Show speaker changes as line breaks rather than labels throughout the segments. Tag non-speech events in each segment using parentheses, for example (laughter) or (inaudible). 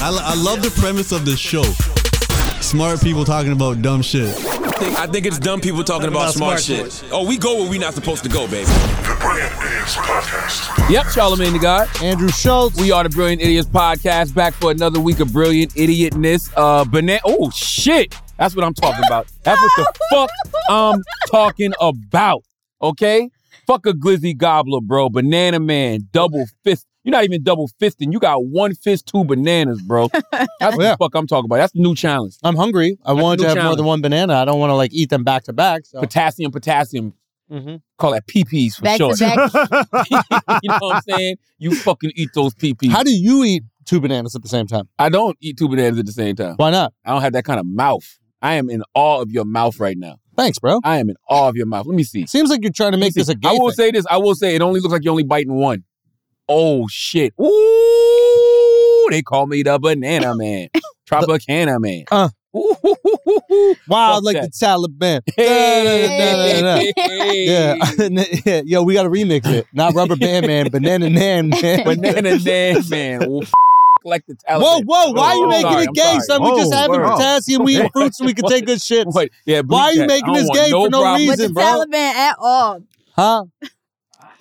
I, I love the premise of this show. Smart people talking about dumb shit.
I think, I think it's dumb people talking about, smart, shit. Oh, we go where we not supposed to go, baby.
The Brilliant Idiots Podcast.
Yep, Charlemagne the God.
Andrew Schultz.
We are the Brilliant Idiots podcast, back for another week of brilliant idiotness. Uh, banana. Oh shit, that's what I'm talking about. That's what the fuck I'm talking about. Okay, fuck a glizzy gobbler, bro. Banana man, double fist. You're not even double fisting. You got one fist, two bananas, bro. That's what
Yeah.
the fuck I'm talking about. That's the new challenge.
I'm hungry. I wanted
new
to have more
challenge.
than one banana. I don't want to like eat them back to back. So
Potassium, potassium.
Mhm.
Call that PPs for
Back
short.
to back.
(laughs)
you know what I'm saying? You fucking eat those PPs.
how do you eat two bananas at the same time?
I don't eat two bananas at the same time.
Why not?
I don't have that kind of mouth. I am in awe of your mouth right now.
Thanks, bro.
I am in awe of your mouth. Let me see.
Seems like you're trying to make this a gay
I will
thing.
say this. I will say it only looks like you're only biting one. Oh shit. Ooh, they call me the
(laughs)
banana man. Tropicana man.
Uh.
Ooh.
Wow,
Fuck
like
that.
the Taliban.
(laughs) Hey.
Da, da, da, da, da, da. (laughs) Yeah. yeah, (laughs) yo, we gotta remix it. Not rubber band man,
(laughs)
banana nan man. (laughs)
Banana man man. Well, f- like the Taliban.
Whoa, whoa! Why are you
I'm
making
sorry,
it
I'm
gay,
sorry.
son? We just
Whoa,
having
word.
potassium, we
(laughs)
eat fruits, and we can take good shit.
Wait, yeah, bleep
Why are you
that.
making
I
this
don't want
gay for no
problem.
With the
reason, bro.
Taliban at all.
Huh?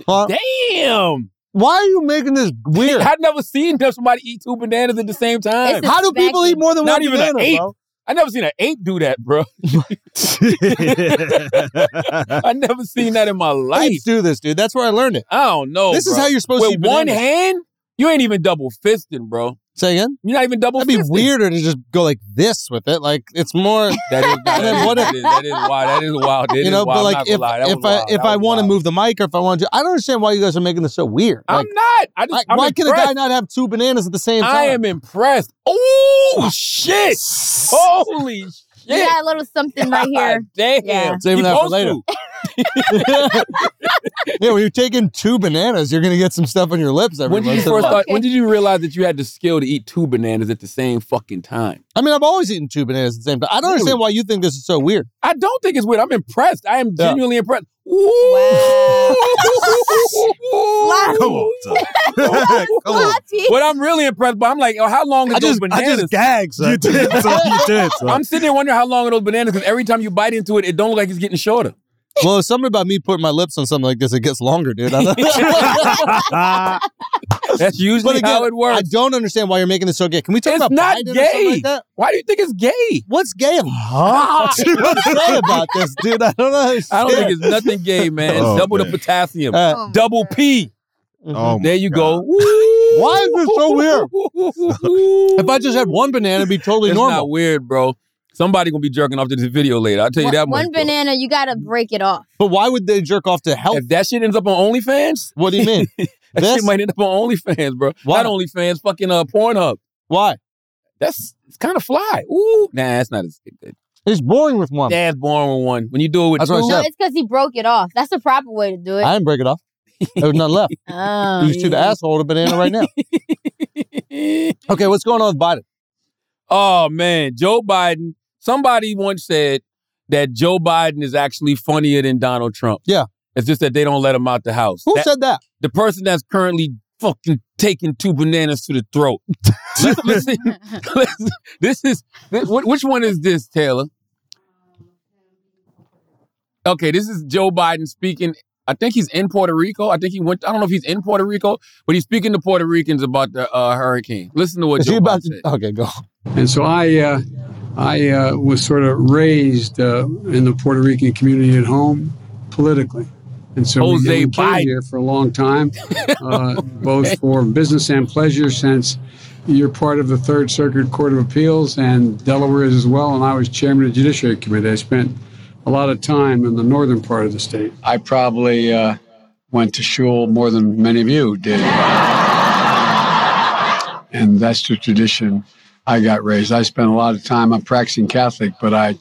Huh?
Damn.
Why are you making
(laughs)
this weird?
I've never seen somebody eat two bananas at the same time.
It's
How do people eat more than
Not
one
even an
banana,
ape.
bro?
I never seen an ape do that, bro. (laughs)
(laughs)
I never seen that in my life.
Apes do this, dude. That's where I learned it.
I don't know.
this is
Oh, bro.
how you're supposed to
with
eat
one
bananas.
hand. You ain't even double fisting, bro.
Say again?
You're not even double.
That'd be
fisting.
weirder to just go like this with it. Like
(laughs)
it's more,
That is, that,
Then
is,
what
that, is, that is wild. That is wild. That
you
is
know.
wild.
But
I'm
like
not gonna
if
lie. That
if
was
I
wild.
if
That
I
was
want to
wild.
move the mic or if I want to, I don't understand why you guys are making this so weird.
I'm
Like,
not. I just.
I-
I'm
why can a guy
impressed.
not have two bananas at the same time?
I am impressed. Oh
(laughs)
shit! Holy shit!
You got a little
(laughs)
something right here.
God Damn.
Yeah.
Saving
You
that for
supposed
later.
to.
yeah, when you're taking two bananas, you're gonna get some stuff on your lips. Every
When did you
once in a
first
while.
start, when did you realize that you had the skill to eat two bananas at the same fucking time?
I mean, I've always eaten two bananas at the same time. I don't understand why you think this is so weird.
I don't think it's weird. I'm impressed. I am
Yeah.
genuinely impressed.
Wow.
Ooh.
Come on, son.
(laughs)
Come on.
Lottie.
What I'm really impressed by, I'm like, oh, how long is
I
those
just, I
bananas?
just gagged, son. You did,
(laughs)
son. You did, son.
I'm sitting there wondering how long are those bananas because every time you bite into it, it don't look like it's getting shorter. (laughs)
Well, it's something about me putting my lips on something like this, it gets longer, dude.
(laughs)
I don't-
That's
but
usually
again,
how it
I
works.
don't understand why you're making this so gay. Can we talk
It's
about
not
Biden or something
gay.
like that?
Why do you think it's gay?
What's gay? Huh? What's gay about this, dude? I don't know.
(laughs) I don't think it's nothing gay, man. It's
Oh,
double
man.
the potassium.
Uh,
Oh my
double
God.
P. Mm-hmm.
oh,
There you go.
Why is this so weird?
weird?
if I just had one banana, it'd be totally
it's not
normal.
weird, bro. Somebody gonna be jerking off to this video later. I'll tell you
One,
that much,
one
bro.
banana, you gotta break it off.
But why would they jerk off to health?
If that shit ends up on OnlyFans,
What do you mean?
(laughs) that
This?
shit might end up on OnlyFans, bro.
Why?
Not OnlyFans, fucking uh, Pornhub.
Why?
That's it's kind of fly. Ooh, nah, that's not as good.
It's boring with one.
Dad's born with one. When you do it with
Um, That's
two,
what I
No,
said.
it's because he broke it off. That's the proper way to do it.
I didn't break it off. There was none left.
Oh,
You shoot the asshole with a banana right now.
(laughs)
Okay, what's going on with Biden?
oh man, Joe Biden. Somebody once said that Joe Biden is actually funnier than Donald Trump.
Yeah.
it's just that they don't let him out the house.
Who
That-
said that?
the person that's currently fucking taking two bananas to the
(laughs)
throat. Let's- listen, listen, this is this, wh- which one is this, Taylor? Okay, this is Joe Biden speaking. I think he's in Puerto Rico. I think he went. I don't know if he's in Puerto Rico, but he's speaking to Puerto Ricans about the uh, hurricane. Listen to what
Is
Joe
he about
Biden
to?
said.
Okay, go.
And so I, uh, I uh, was sort of raised uh, in the Puerto Rican community at home politically. And so we-
Jose
we,
Biden.
came here for a long time, (laughs) uh, both for business and pleasure, since you're part of the Third Circuit Court of Appeals and Delaware is as well. And I was chairman of the Judiciary Committee. I spent a lot of time in the northern part of the state. I probably uh, went to shul more than many of you did. and that's the tradition I got raised. I spent a lot of time. I'm practicing Catholic, but I,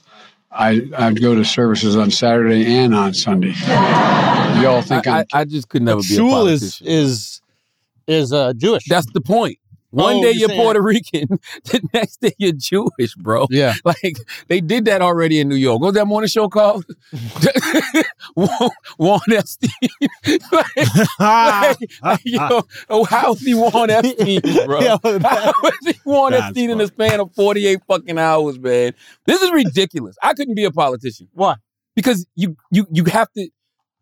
I, I'd go to services on Saturday and on Sunday. you all think I,
I,
am
I, I just could never be a
Shul
politician.
is is is uh, Jewish.
That's the point. One
Oh,
day
you're
you're
saying-
Puerto Rican, (laughs) the next day you're Jewish, bro.
Yeah.
(laughs)
(laughs)
Like they did that already in New York. What's that morning show called? (laughs) Warren Warren Epstein. (laughs) like, like, like,
(laughs)
yo, oh, how is he Warren Epstein, bro?
Yo,
(laughs) how is he Warren
That's
Epstein in
funny.
the span of 48 fucking hours, man? This is ridiculous. I couldn't be a politician.
Why?
Because you you you have to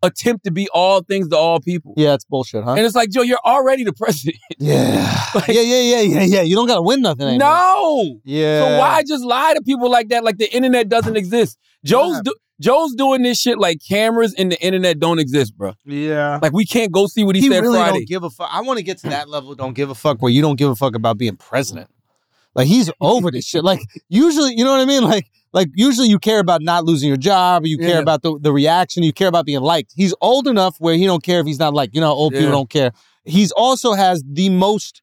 attempt to be all things to all people.
Yeah, it's bullshit, huh?
And it's like, Joe, you're already the president.
yeah. yeah, yeah, yeah, yeah, yeah. You don't gotta win nothing. anymore.
No.
Yeah.
So why just lie to people like that? Like the internet doesn't exist. Joe's
Yeah.
do- Joe's doing this shit like cameras and the internet don't exist, bro.
Yeah.
Like we can't go see what he,
He
said
really
Friday.
don't give a fuck. I want to get to that level. of Don't give a fuck where you don't give a fuck about being president. Like he's over this shit. Like usually, you know what I mean. Like like usually you care about not losing your job. Or you care
Yeah.
about the, the reaction. You care about being liked. He's old enough where he don't care if he's not liked. You know, how old
Yeah.
people don't care. He's also has the most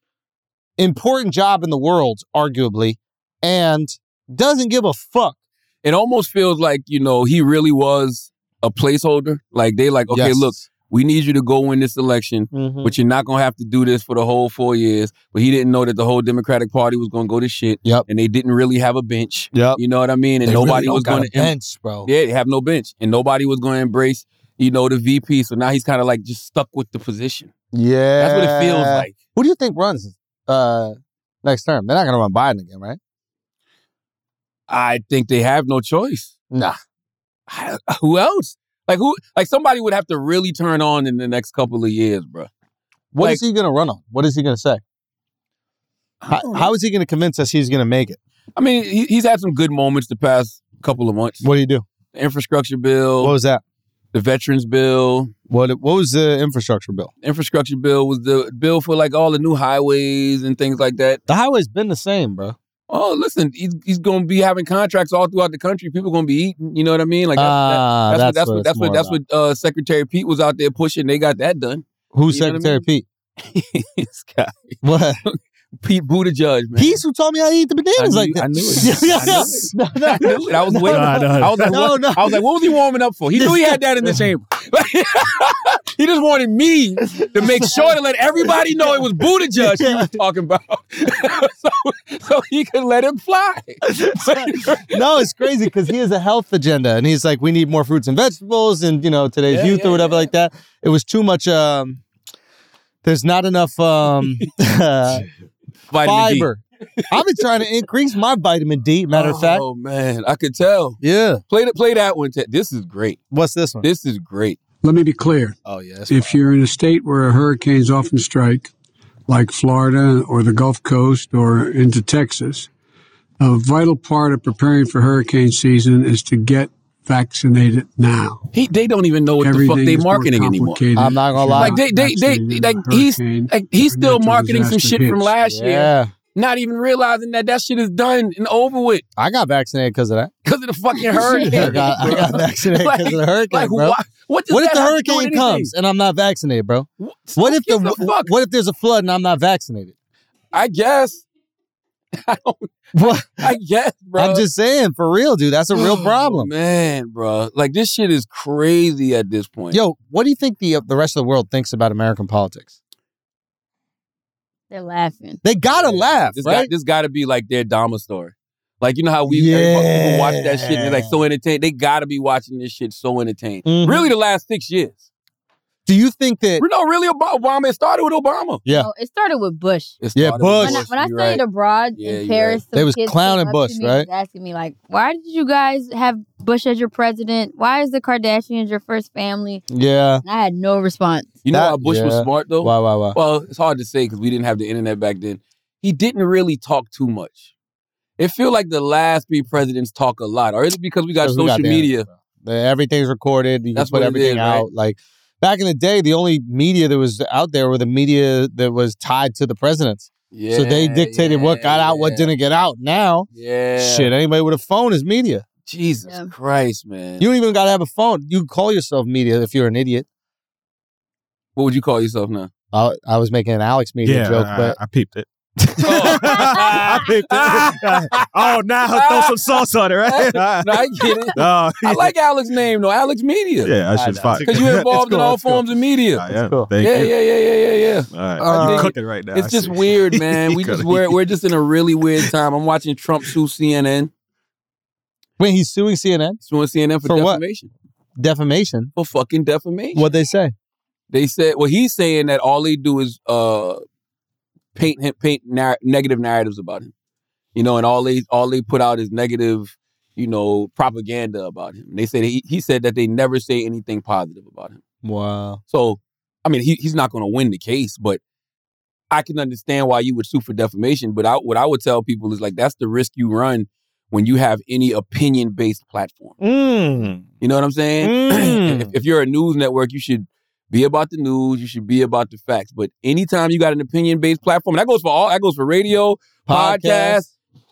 important job in the world, arguably, and doesn't give a fuck.
it almost feels like you know he really was a placeholder. Like they like, okay, look, we need you to go win this election,
Mhm.
but you're not gonna have to do this for the whole four years. But he didn't know that the whole Democratic Party was gonna go to shit.
Yep.
And they didn't really have a bench.
Yep.
You know what I mean? And
They really
nobody
don't
was
got
gonna
a bench, bro.
Yeah, they have no bench, and nobody was going to embrace, you know, the VP. So now he's kind of like just stuck with the position.
yeah,
That's what it feels like.
Who do you think runs uh next term? They're not gonna run Biden again, right?
I think they have no choice.
Nah.
I- (laughs) who else? Like who? Like somebody would have to really turn on in the next couple of years, bro.
What
Like-
is he gonna run on? What is he gonna say? How, how is he gonna convince us he's gonna make it?
I mean, he, he's had some good moments the past couple of months.
What do you do?
The infrastructure bill,
What was that?
the veterans bill.
What what was the infrastructure bill?
Infrastructure bill was the bill for like all the new highways and things like that.
The highway's been the same, bro.
Oh, listen, he's, he's going to be having contracts all throughout the country. People going to be eating. You know what I mean? Like that's- that-
Ah,
That's,
that's,
what that's
it's
what
more
that's what that's what uh, Secretary Pete was out there pushing. They got that done. (laughs)
about. Who's
you know what I
Secretary
mean?
Pete? (laughs)
This guy, (laughs)
What?
Pete Buttigjag, man.
He's who told me I eat the
I
bananas
knew-
like (laughs) that.
I knew it. I knew it. I
No, no,
knew it. I was waiting.
no, no.
I was like,
No,
what?
no.
I was like, what was he warming up for? He knew he had that in the chamber. (laughs) he just wanted me to make sure to let everybody know it was
(laughs)
Buttigieg he was talking about, (laughs) so, so he could let him
(laughs)
fly.
no, it's crazy because he has a health agenda and he's like, we need more fruits and vegetables and you know today's
Yeah,
youth
yeah,
or whatever like that. It was too much. um There's not enough
(laughs)
um (laughs)
Vitamin D.
fiber. I've been trying to increase my vitamin D. Matter of fact,
Oh man, I could tell.
yeah.
Play the, play that one. Ted. This is great.
What's this one?
This is great.
Let me be clear.
Oh yes.
If you're in a state where hurricanes often strike, like Florida or the Gulf Coast or into Texas, a vital part of preparing for hurricane season is to get vaccinated now.
He, they don't even know what the fuck they
is more
marketing anymore.
complicated
I'm not gonna
if you're
lie.
Like they, they, they,
vaccinated
like
when a
he's,
hurricane
like he's
or
still
natural
marketing some
disaster
shit from
hits.
last year,
Yeah,
not even realizing that that shit is done and over with
I got vaccinated because
(laughs)
of that.
because of the
(laughs)
fucking
I
hurricane.
got, I
(laughs)
got vaccinated because of the hurricane,
like,
bro.
why, what, does
What if
that
the
have to do with
hurricane
anything?
comes and I'm not vaccinated, bro?
What,
What if the,
gives a fuck?
what if there's a flood and I'm not vaccinated? (laughs)
I guess,
What?
I guess, bro.
I'm just saying, for real, dude. That's
(sighs) (gasps)
a real problem.
man, bro. Like this shit is crazy at this point.
Yo, what do you think the the rest of the world thinks about American politics?
They're laughing.
They gotta laugh,
This got
right?
this got to be like their Dama story. Like you know how we everybody- people watch that shit and they're like
Yeah.
so entertained. They got to be watching this shit so entertained.
Mhm.
Really, the last six years.
do you think that?
No, really, Ob- Obama. It started with Obama.
Yeah.
Oh, it started with Bush.
It
Yeah,
started
Bush.
with
When I, when I
You're right.
studied abroad
Yeah,
in
you're
Paris, some
They was
kids came
clowning
up to
Bush,
me and was
right?
Asking me like, why did you guys have Bush as your president? Why is the Kardashians your first family?
Yeah.
And I had no response. (laughs)
you know
That-
how Bush was
yeah.
smart though.
Wow, wow, wow.
Well, it's hard to say because we didn't have the internet back then. He didn't really talk too much. It feel like the last three presidents talk a lot, or is it because we got
Because we
social
got the
media?
internet, bro. Everything's recorded. You
That's
can
what
put
it is,
everything
right?
out. Like back in the day, the only media that was out there were the media that was tied to the presidents.
Yeah,
so they dictated what got out, what
yeah,
didn't get out. Now,
Yeah,
shit, anybody with a phone is media.
Jesus
Yeah.
Christ, man.
You don't even gotta have a phone. You can call yourself media if you're an idiot.
what would you call yourself now?
I, I was making an Alex media joke, but
I, I peeped it.
Oh,
I picked it. oh,
(laughs)
now throw some sauce on it, right? (laughs)
no, I get it.
Oh,
I
(laughs)
like Alex's name though. Alex Media.
yeah, that
(laughs)
shit's fire.
Because you're involved in all forms of media.
I am.
cool.
Thank
yeah,
you.
yeah, yeah, yeah, yeah, yeah.
All right.
Uh,
you
think-
cooking right now. I
It's just
see.
weird, man.
(laughs) You
We just
cooking.
we're, we're just in a really weird time. I'm watching Trump sue CNN,
Wait, he's suing CNN?
suing CNN for,
For what?
defamation,
Defamation.
for fucking defamation.
What'd they say?
They said, well, he's saying that all they do is uh, paint him, paint nar- negative narratives about him, you know, and all they all they put out is negative, you know, propaganda about him. They said he, he said that they never say anything positive about him.
Wow.
So, I mean, he, he's not going to win the case, but I can understand why you would sue for defamation. But I, what I would tell people is like that's the risk you run when you have any opinion based platform.
Mm.
You know what I'm saying? (clears throat)
Mm.
if, if you're a news network, you should be about the news. You should be about the facts. But anytime you got an opinion based platform, and that goes for all, that goes for radio, podcast,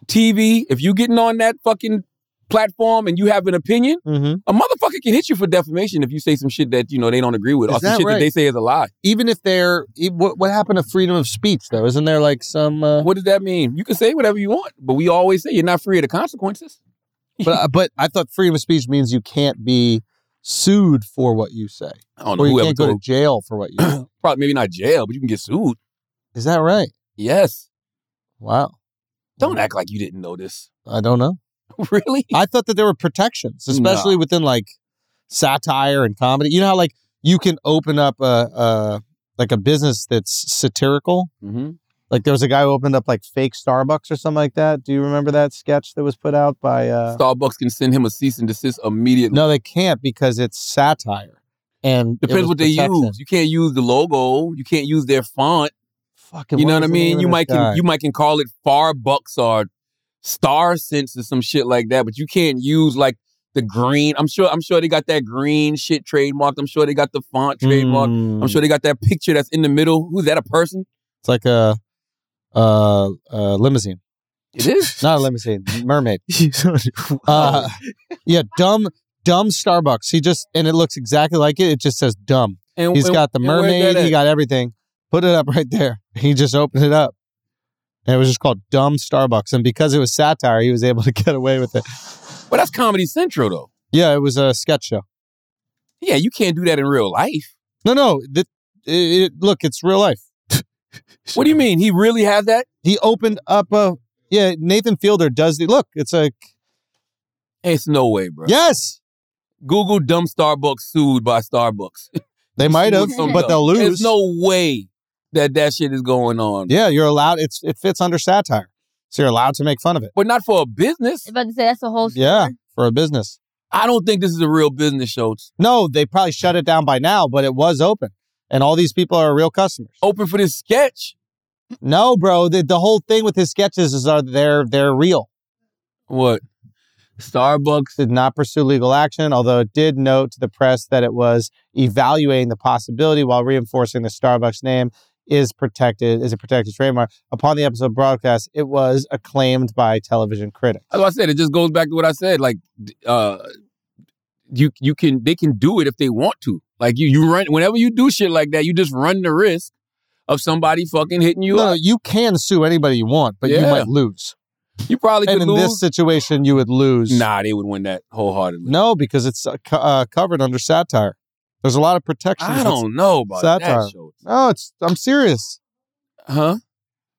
TV. If you getting on that fucking platform and you have an opinion,
Mm-hmm.
a motherfucker can hit you for defamation if you say some shit that you know they don't agree with,
Is
or some
that
shit that
right?
they say is a lie.
Even if they're, e- what, what happened to freedom of speech though? Isn't there like some? (laughs) Uh,
What does that mean? You can say whatever you want, but we always say you're not free of the consequences.
but uh, but I thought freedom of speech means you can't be sued for what you say,
I don't know
or you
whoever
can't go to
told-
jail for what you.
(clears throat)
say.
probably maybe not jail, but you can get sued.
Is that right?
Yes.
Wow. Mm-hmm.
Don't act like you didn't know this. (laughs)
I don't know.
really?
I thought that there were protections, especially within like satire and comedy. You know how like you can open up a, a like a business that's satirical.
Mm-hmm.
Like there was a guy who opened up like fake Starbucks or something like that. Do you remember that sketch that was put out by? Uh,
Starbucks can send him a cease and desist immediately.
no, they can't because it's satire. And it
Depends
was
what they
protection.
use. You can't use the logo. You can't use their font.
Fucking,
you know
was
what I
the name
mean?
of
You
this
might
guy?
can you might can call it far bucks or star sense or some shit like that, but you can't use like the green. I'm sure I'm sure they got that green shit trademarked. I'm sure they got the font trademarked.
Mm.
I'm sure they got that picture that's in the middle. Who's that? A person?
it's like a uh, uh, limousine.
It is.
(laughs) Not a limousine,
(laughs)
mermaid. Uh, yeah, dumb, dumb Starbucks. He just and it looks exactly like it. It just says dumb.
And
He's got the
and where's
mermaid.
that
He
at?
got everything. Put it up right there. (laughs) He just opened it up, and it was just called dumb Starbucks. And because it was satire, he was able to (laughs) get away with it.
Well, that's Comedy Central though.
Yeah, it was a sketch show.
Yeah, you can't do that in real life.
No, no. Th- it, it, look, it's real life.
What do you mean? He really has that?
He opened up a. Yeah, Nathan Fielder does the look. It's a
It's no way, bro.
yes.
Google dumb Starbucks sued by Starbucks.
They (laughs) might have,
Sued somebody.
but they'll lose.
There's no way that that shit is going on.
Yeah, you're allowed. It's it fits under satire, so you're allowed to make fun of it.
But not for a business.
about to say that's the
Oh,
whole. Story.
Yeah, for a business.
I don't think this is a real business show.
No, they probably shut it down by now, but it was open, and all these people are real customers.
Open for this sketch.
No, bro, the, the whole thing with his sketches is are they're they're real.
What? Starbucks.
Did not pursue legal action, although it did note to the press that it was evaluating the possibility while reinforcing the Starbucks name is protected is a protected trademark. Upon the episode broadcast, it was acclaimed by television critics.
That's what I said. It just goes back to what I said. Like, d- uh, you you can they can do it if they want to. Like you you run whenever you do shit like that, you just run the risk of somebody fucking hitting you.
No,
up.
you can sue anybody you want, but you
Yeah.
might lose.
You probably
and
could
in
lose.
this situation, you would lose.
nah, they would win that wholeheartedly.
No, because it's uh, co- uh, covered under satire. There's a lot of protections.
I don't know about
satire.
that show.
No, it's. I'm serious.
Huh?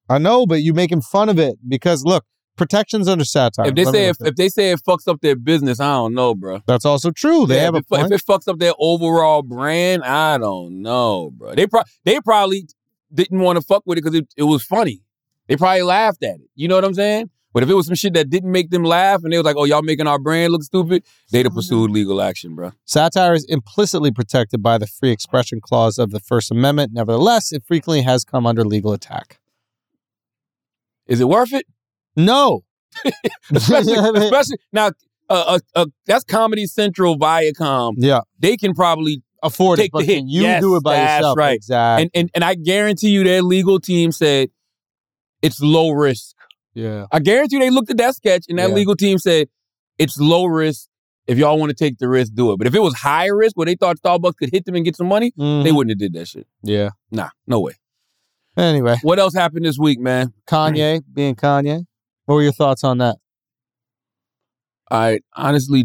I know, but you're making fun of it because look, protections under satire.
If they
Let me
say if,
look at
if they say it fucks up their business, I don't know, bro.
it. that's also true. They
Yeah,
have
if,
a
it, fu- if
point.
it fucks up their overall brand, I don't know, bro. They pro- they probably didn't want to fuck with it because it, it was funny. They probably laughed at it. You know what I'm saying? But if it was some shit that didn't make them laugh and they was like, "Oh, y'all making our brand look stupid," they'd
Mm-hmm.
have pursued legal action, bro.
Satire is implicitly protected by the free expression clause of the First Amendment. Nevertheless, it frequently has come under legal attack.
Is it worth
(laughs)
it?
No.
(laughs) Especially, especially now, uh, uh, uh, that's Comedy Central, Viacom.
(laughs) yeah,
They can probably
afford
Take
it,
the
but
hit.
can you
Yes,
do it by
that's
yourself?
right.
Exactly.
and and and I guarantee you, their legal team said it's low risk.
yeah.
I guarantee they looked at that sketch and that
Yeah.
legal team said, it's low risk. If y'all want to take the risk, do it. But if it was high risk where they thought Starbucks could hit them and get some money, they
Mhm.
wouldn't have did that shit.
Yeah.
Nah, no way.
Anyway,
What else happened this week, man?
Kanye being Kanye. What were your thoughts on that?
I honestly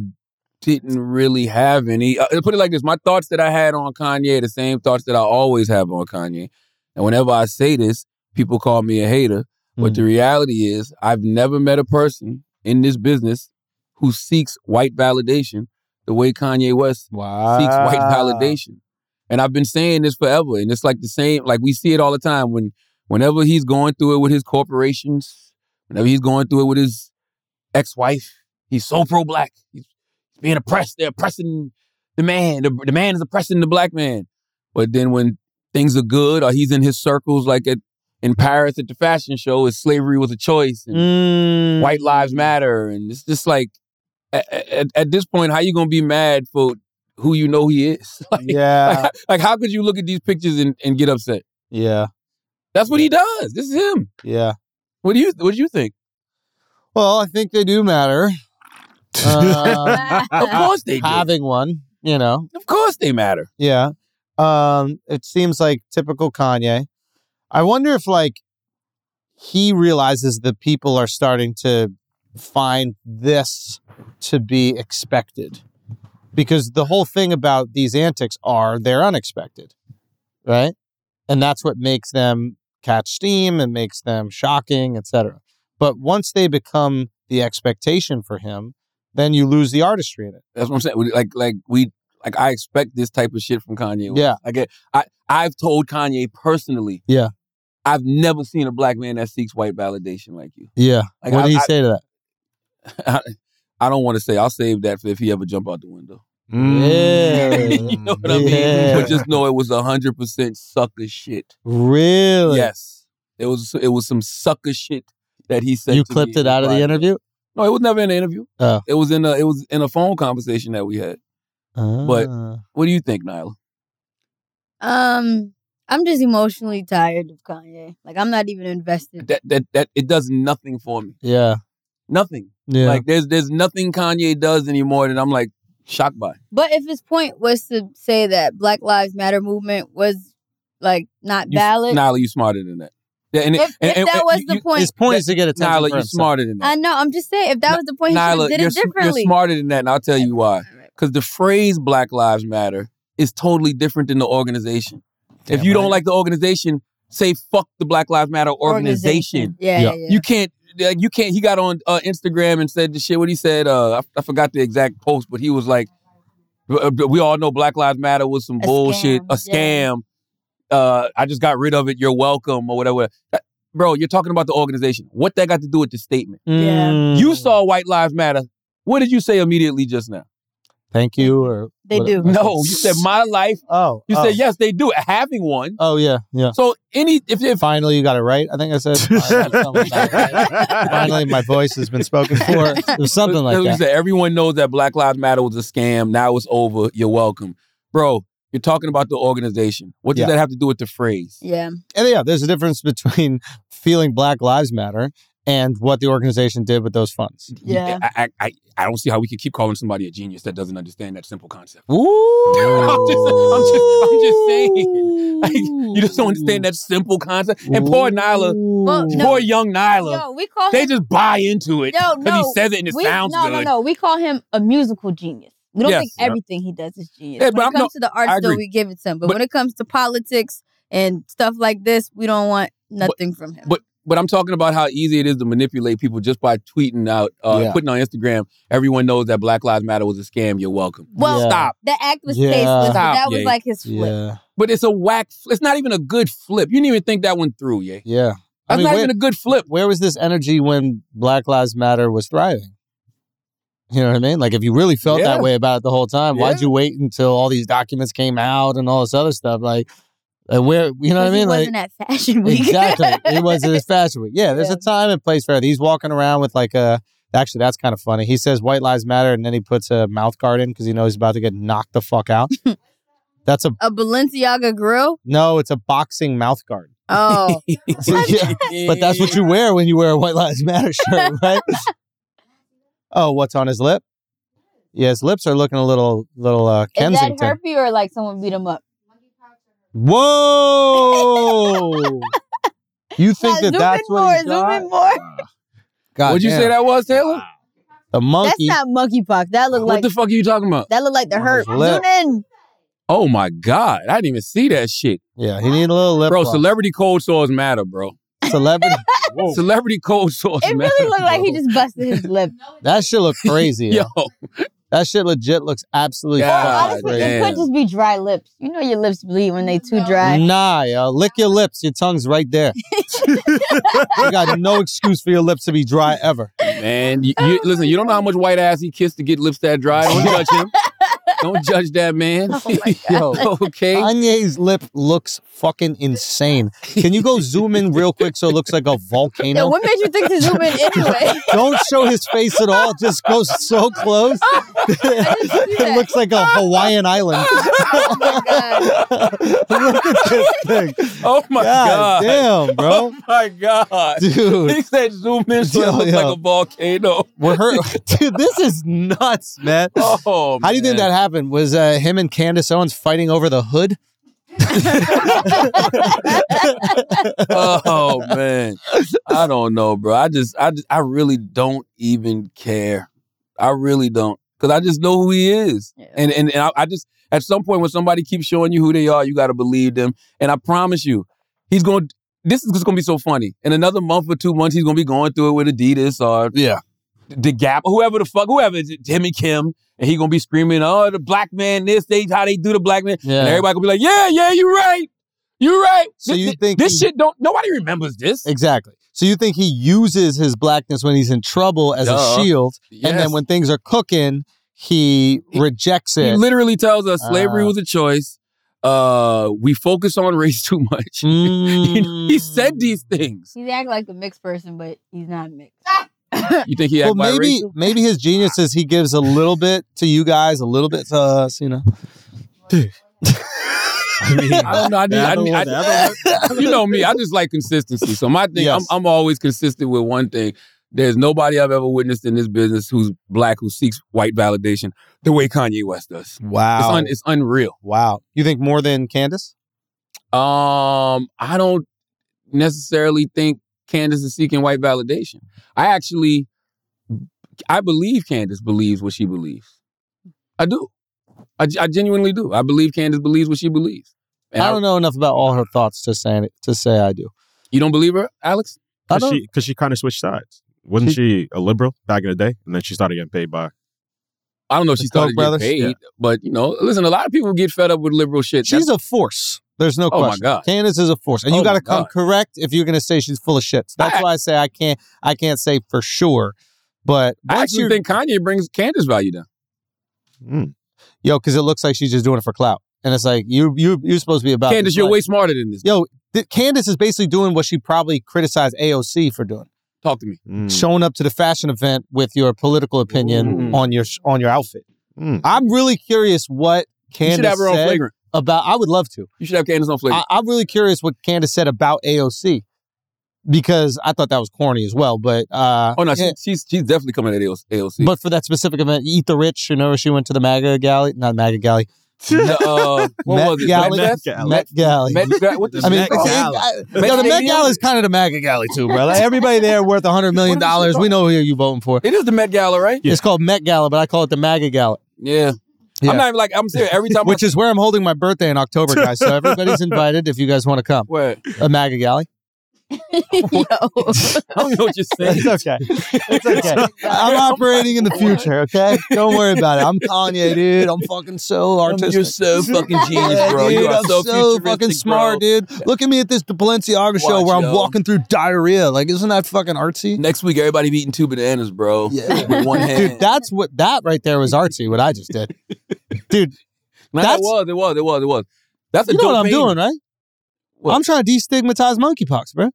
didn't really have any. Uh, put it like this: my thoughts that I had on Kanye, are the same thoughts that I always have on Kanye. And whenever I say this, people call me a hater.
Hmm.
But the reality is, I've never met a person in this business who seeks white validation the way Kanye West
Wow.
seeks white validation. And I've been saying this forever, and it's like the same. Like we see it all the time when, whenever he's going through it with his corporations, whenever he's going through it with his ex-wife, he's so pro-black. He's being oppressed. They're oppressing the man. The, the man is oppressing the black man. But then when things are good, or he's in his circles, like at in Paris at the fashion show, is slavery was a choice. And,
Mm.
White (laughs) Lives Matter, and it's just like at, at, at this point, how you gonna be mad for who you know he is? (laughs) like,
Yeah.
like, how could you look at these pictures and, and get upset?
yeah.
That's what he does. This is him.
Yeah.
What do you What do you think?
Well, I think they do matter. Uh,
Of course they do.
having one, you know,
Of course they matter.
Yeah. Um, it seems like typical Kanye. I wonder if like he realizes that people are starting to find this to be expected. Because the whole thing about these antics are they're unexpected. Right? And that's what makes them catch steam and makes them shocking, etc. But once they become the expectation for him, then you lose the artistry in it.
That's what I'm saying. We- Like like we like I expect this type of shit from Kanye. West.
Yeah.
I get. I I've told Kanye personally.
Yeah.
I've never seen a black man that seeks white validation like you. (laughs)
Yeah.
Like,
what
I-
did he
I-
say to that?
I, I don't want to say. I'll save that for if he ever jump out the window. (laughs)
Yeah.
You know what I mean?
Mm. Yeah.
But just know it was hundred percent sucker shit.
Really?
Yes, it was. It was some sucker shit that he said.
You
to
clipped
me
it out of the
Friday.
interview?
No, it was never in the interview.
Oh.
It was in a. It was in a phone conversation that we had. But-
Ah.
What do you think, Nyla?
Um, I'm just emotionally tired of Kanye. Like I'm not even invested.
That that that it does nothing for me.
yeah.
Nothing.
Yeah.
Like there's there's nothing Kanye does anymore that I'm like shocked by.
But if his point was to say that Black Lives Matter movement was like not
You-
valid,
Nyla, you smarter than that. Yeah, and,
if,
and-
if
and-
that
and
was
you-
the
you-
point,
His point is to get attention.
Nyla,
for
you're
himself.
smarter than that.
I know. I'm just saying, if that was the point,
Nyla,
he should
you're,
have
sm-
did it differently.
you're smarter than that, and I'll tell you why.
All right.
Because the phrase Black Lives Matter is totally different than the organization. if you don't like the organization, say fuck the Black Lives Matter organization.
Yeah,
Yeah.
yeah. yeah.
You can't. Like, you can't. He got on uh, Instagram and said the shit. What he said, uh, I, I forgot the exact post, but he was like, "Uh, "We all know Black Lives Matter was some
A
bullshit,
scam,
a
yeah.
scam. Uh, I just got rid of it. You're welcome, or whatever." Uh, Bro, you're talking about the organization. What that got to do with the statement?
Yeah.
Mm.
You saw White Lives Matter. What did you say immediately just now?
Thank you. Or
They
what-
(laughs)
do.
No, you
(laughs)
said my life.
Oh.
You
oh.
said yes, they do having one.
Oh yeah. Yeah.
So any if, if
Finally, you got it right. I think
(laughs)
I said. Finally, my voice has been
(laughs)
spoken for. It was something like
you
that.
said everyone knows that Black Lives Matter was a scam. Now it's over. You're welcome, bro. You're talking about the organization. What does
Yeah.
that have to do with the phrase?
Yeah.
And yeah, there's a difference between feeling Black Lives Matter and what the organization did with those funds.
Yeah.
I, I, I, I don't see how we can keep calling somebody a genius that doesn't understand that simple concept.
Ooh.
(laughs) I'm just- I'm just- I'm just saying. (laughs) Like, you just don't understand that simple concept. And poor Nyla,
Well, no.
poor young Nyla,
Yo, we call
they
him.
just buy into it
Yo,
because
no,
he says it and it
we,
sounds
no,
good.
no, no. We call him a musical genius. We don't
Yes.
think everything he does is genius.
Yeah,
when
but
it
I'm
comes
not-
to the
I
arts, though,
agree.
we give it to him. But,
But-
when it comes to politics and stuff like this, we don't want nothing from him.
But but I'm talking about how easy it is to manipulate people just by tweeting out, uh,
Yeah.
putting on Instagram. Everyone knows that Black Lives Matter was a scam. You're welcome.
well,
Yeah.
Stop.
the act was
Yeah.
tasteless. but
Stop,
that was
Ye.
like his flip.
Yeah.
But it's a whack. fl- It's not even a good flip. You didn't even think that one through, yeah.
Yeah.
That's
I mean,
not
where-
even a good
(laughs)
flip.
where was this energy when Black Lives Matter was thriving? You know what I mean? Like, if you really felt
Yeah.
that way about it the whole time, why'd
Yeah.
you wait until all these documents came out and all this other stuff? Like, like where you know what I
'Cause he
mean? Like,
wasn't at
(laughs)
Fashion Week.
exactly. It was his fashion week. Yeah, there's
Yeah.
a time and place for it. He's walking around with like a. Actually, that's kind of funny. He says "White Lives Matter" and then he puts a mouth guard in because he knows he's about to get knocked the
(laughs)
fuck out. that's a
(laughs) a
(laughs)
Balenciaga grill.
no. It's a boxing
(laughs)
mouth guard.
Oh,
(laughs) Yeah. But that's what you wear when you wear a White
(laughs)
Lives Matter shirt, right? oh, what's on his lip? Yeah, his lips are looking a little, little uh,
is
Kensington.
that herpy or like someone beat him up?
(laughs)
Whoa! You think that
zoom
that's
in more,
what he
zoom
got?
in more.
God
What'd you say
damn.
that was, Taylor?
The
That's
monkey.
not monkeypox. That looked
what
like
the fuck are you talking about?
that looked like the hurt.
lip.
Zoom in.
Oh my god, I didn't even see that shit,
yeah, he needed a little lip.
bro.
gloss.
Celebrity cold sores matter, bro. (laughs)
celebrity. (laughs)
Celebrity cold sores.
It
matter,
really looked like he
bro.
just busted his lip.
That shit look crazy.
Yo,
That shit legit looks absolutely
Yeah,
fucking
Honestly,
crazy.
it could just be dry lips. You know your lips bleed when they too dry.
Nah, yo, lick your lips. Your tongue's right there. you got no excuse for your lips to be dry ever.
man, you, you- listen. You don't know how much white ass he kissed to get lips that dry. Don't judge him. Don't judge that man. (laughs)
Yo,
okay.
Kanye's lip looks fucking insane. Can you go zoom in real quick so it looks like a
Yeah,
volcano?
what made you think to zoom in
(laughs)
(laughs)
anyway?
Don't show his face at all. Just go so close. (laughs) it looks like a Hawaiian island.
God.
Look at this thing.
Oh my
God,
god.
damn, bro.
(laughs) Oh my god.
Dude,
He said zoom in so it
Yo,
looks
yo.
like a volcano. (laughs)
we're hurt. (laughs) Dude, this is nuts, man.
Oh,
How do you think that
man.
happened? Was uh, him and Candace Owens fighting over the hood?
Oh man, I don't know, bro. I just, I, just, I really don't even care. I really don't, cause I just know who he is, and and, and I, I just at some point when somebody keeps showing you who they are, you got to believe them. And I promise you, he's going. to This is just gonna be so funny. In another month or two months, he's gonna be going through it with Adidas or
Yeah.
the Gap, whoever the fuck, whoever, Jimmy Kim, and he gonna be screaming, "Oh, the black man, this, they, how they do the black man,"
Yeah.
and everybody gonna be like, "Yeah, yeah, you right, you right."
So
This-
you
this-
think
this
he-
shit don't? Nobody remembers this.
Exactly. So you think he uses his blackness when he's in trouble as
Duh.
a shield, and
Yes.
then when things are cooking, he,
He-
rejects
he
it. (laughs)
literally tells us slavery
Ah.
was a choice. Uh, we focus on race (laughs) too much.
Mm.
he said these things.
(laughs) He's acting like a mixed person, but he's not mixed.
You think he
Well,
acted
maybe
biracial?
maybe his genius is he gives a little bit to you guys, a little bit to us. You know,
I mean,
I don't know. I, need,
Yeah, I
I,
don't
need-
want
I-
that.
(laughs) you know me. I just like consistency. So my thing,
Yes.
I'm, I'm always consistent with one thing. There's nobody I've ever witnessed in this business who's black who seeks white validation the way Kanye West does. It's,
wow,
un, it's unreal.
wow. You think more than Candace?
Um, I don't necessarily think Candace is seeking white validation. I actually, I believe Candace believes what she believes. I do. I, ge- I genuinely do. I believe Candace believes what she believes. And
I don't know enough about all her thoughts to say to say I do.
You don't believe her, Alex?
I
Because
don't-
she, 'cause she kind of switched sides. Wasn't she a liberal back in the day? And then she started getting paid by.
I don't know if she
The
started getting
Koch brothers?
paid,
Yeah.
but you know, listen, a lot of people get fed up with liberal shit.
She's a force. There's no
Oh my
question.
God.
Candace is a force, and you
Oh
got to
my
come
God.
correct if you're going to say she's full of shit. That's
I-
why I say I can't. I can't say for sure, but
I
once
actually
you
think Kanye brings Candace value down.
Mm.
yo, because it looks like she's just doing it for clout, and it's like you you you're supposed to be about
Candace,
this
you're
life.
way smarter than this.
Yo, th- Candace is basically doing what she probably criticized AOC for doing,
Talk to me.
Mm.
showing up to the fashion event with your political opinion
Ooh.
on your sh- on your outfit.
Mm.
I'm really curious what
you should
Candace
have her on
said
flagrant.
about. I would love to.
You should have Candace on flagrant.
I, I'm really curious what Candace said about AOC because I thought that was corny as well. But uh,
oh no, she,
yeah,
she's she's definitely coming at AOC.
but for that specific event, Eat the Rich. You know, she went to the MAGA galley, not MAGA galley, (laughs)
the, uh, what
Met
was it?
Galley.
Met Fest?
Met
Met galley.
Met Ga- what the
I mean,
Met
it's- it-
Gala.
I-
Met
yeah, the Met
Stadium?
Gala is kind of the MAGA galley too, bro. Like, everybody there worth a hundred million
What is
dollars.
she
We know who you voting for.
It is the Met Gala, right?
It's called Met Gala, but I call it the MAGA Gala,
Yeah.
Yeah.
I'm not even like I'm serious. Every time
which
I,
is where I'm holding my birthday in October, guys. So
(laughs)
everybody's invited if you guys want to come.
what?
A MAGA galley.
(laughs)
(laughs)
Yo.
I don't know what you're saying. (laughs)
It's okay. It's okay. I'm operating in the future, okay? Don't worry about it. I'm Kanye, dude. I'm fucking so artistic.
You're so fucking genius,
Yeah, (laughs)
bro.
dude,
you are
I'm so,
futuristic,
fucking
bro.
smart, dude. Look at me at this Balenciaga show
Watch,
where I'm
yo.
walking through diarrhea. Like, isn't that fucking artsy?
Next week, everybody be eating two bananas, bro.
Yeah.
With one hand.
Dude, that's what that right there was artsy. What I
(laughs)
just did, dude.
No,
that's-
it was, it was, it was, it was. That's a
You know
dope
what I'm
painting.
doing, right?
What?
I'm trying to destigmatize
(laughs)
monkeypox, bro.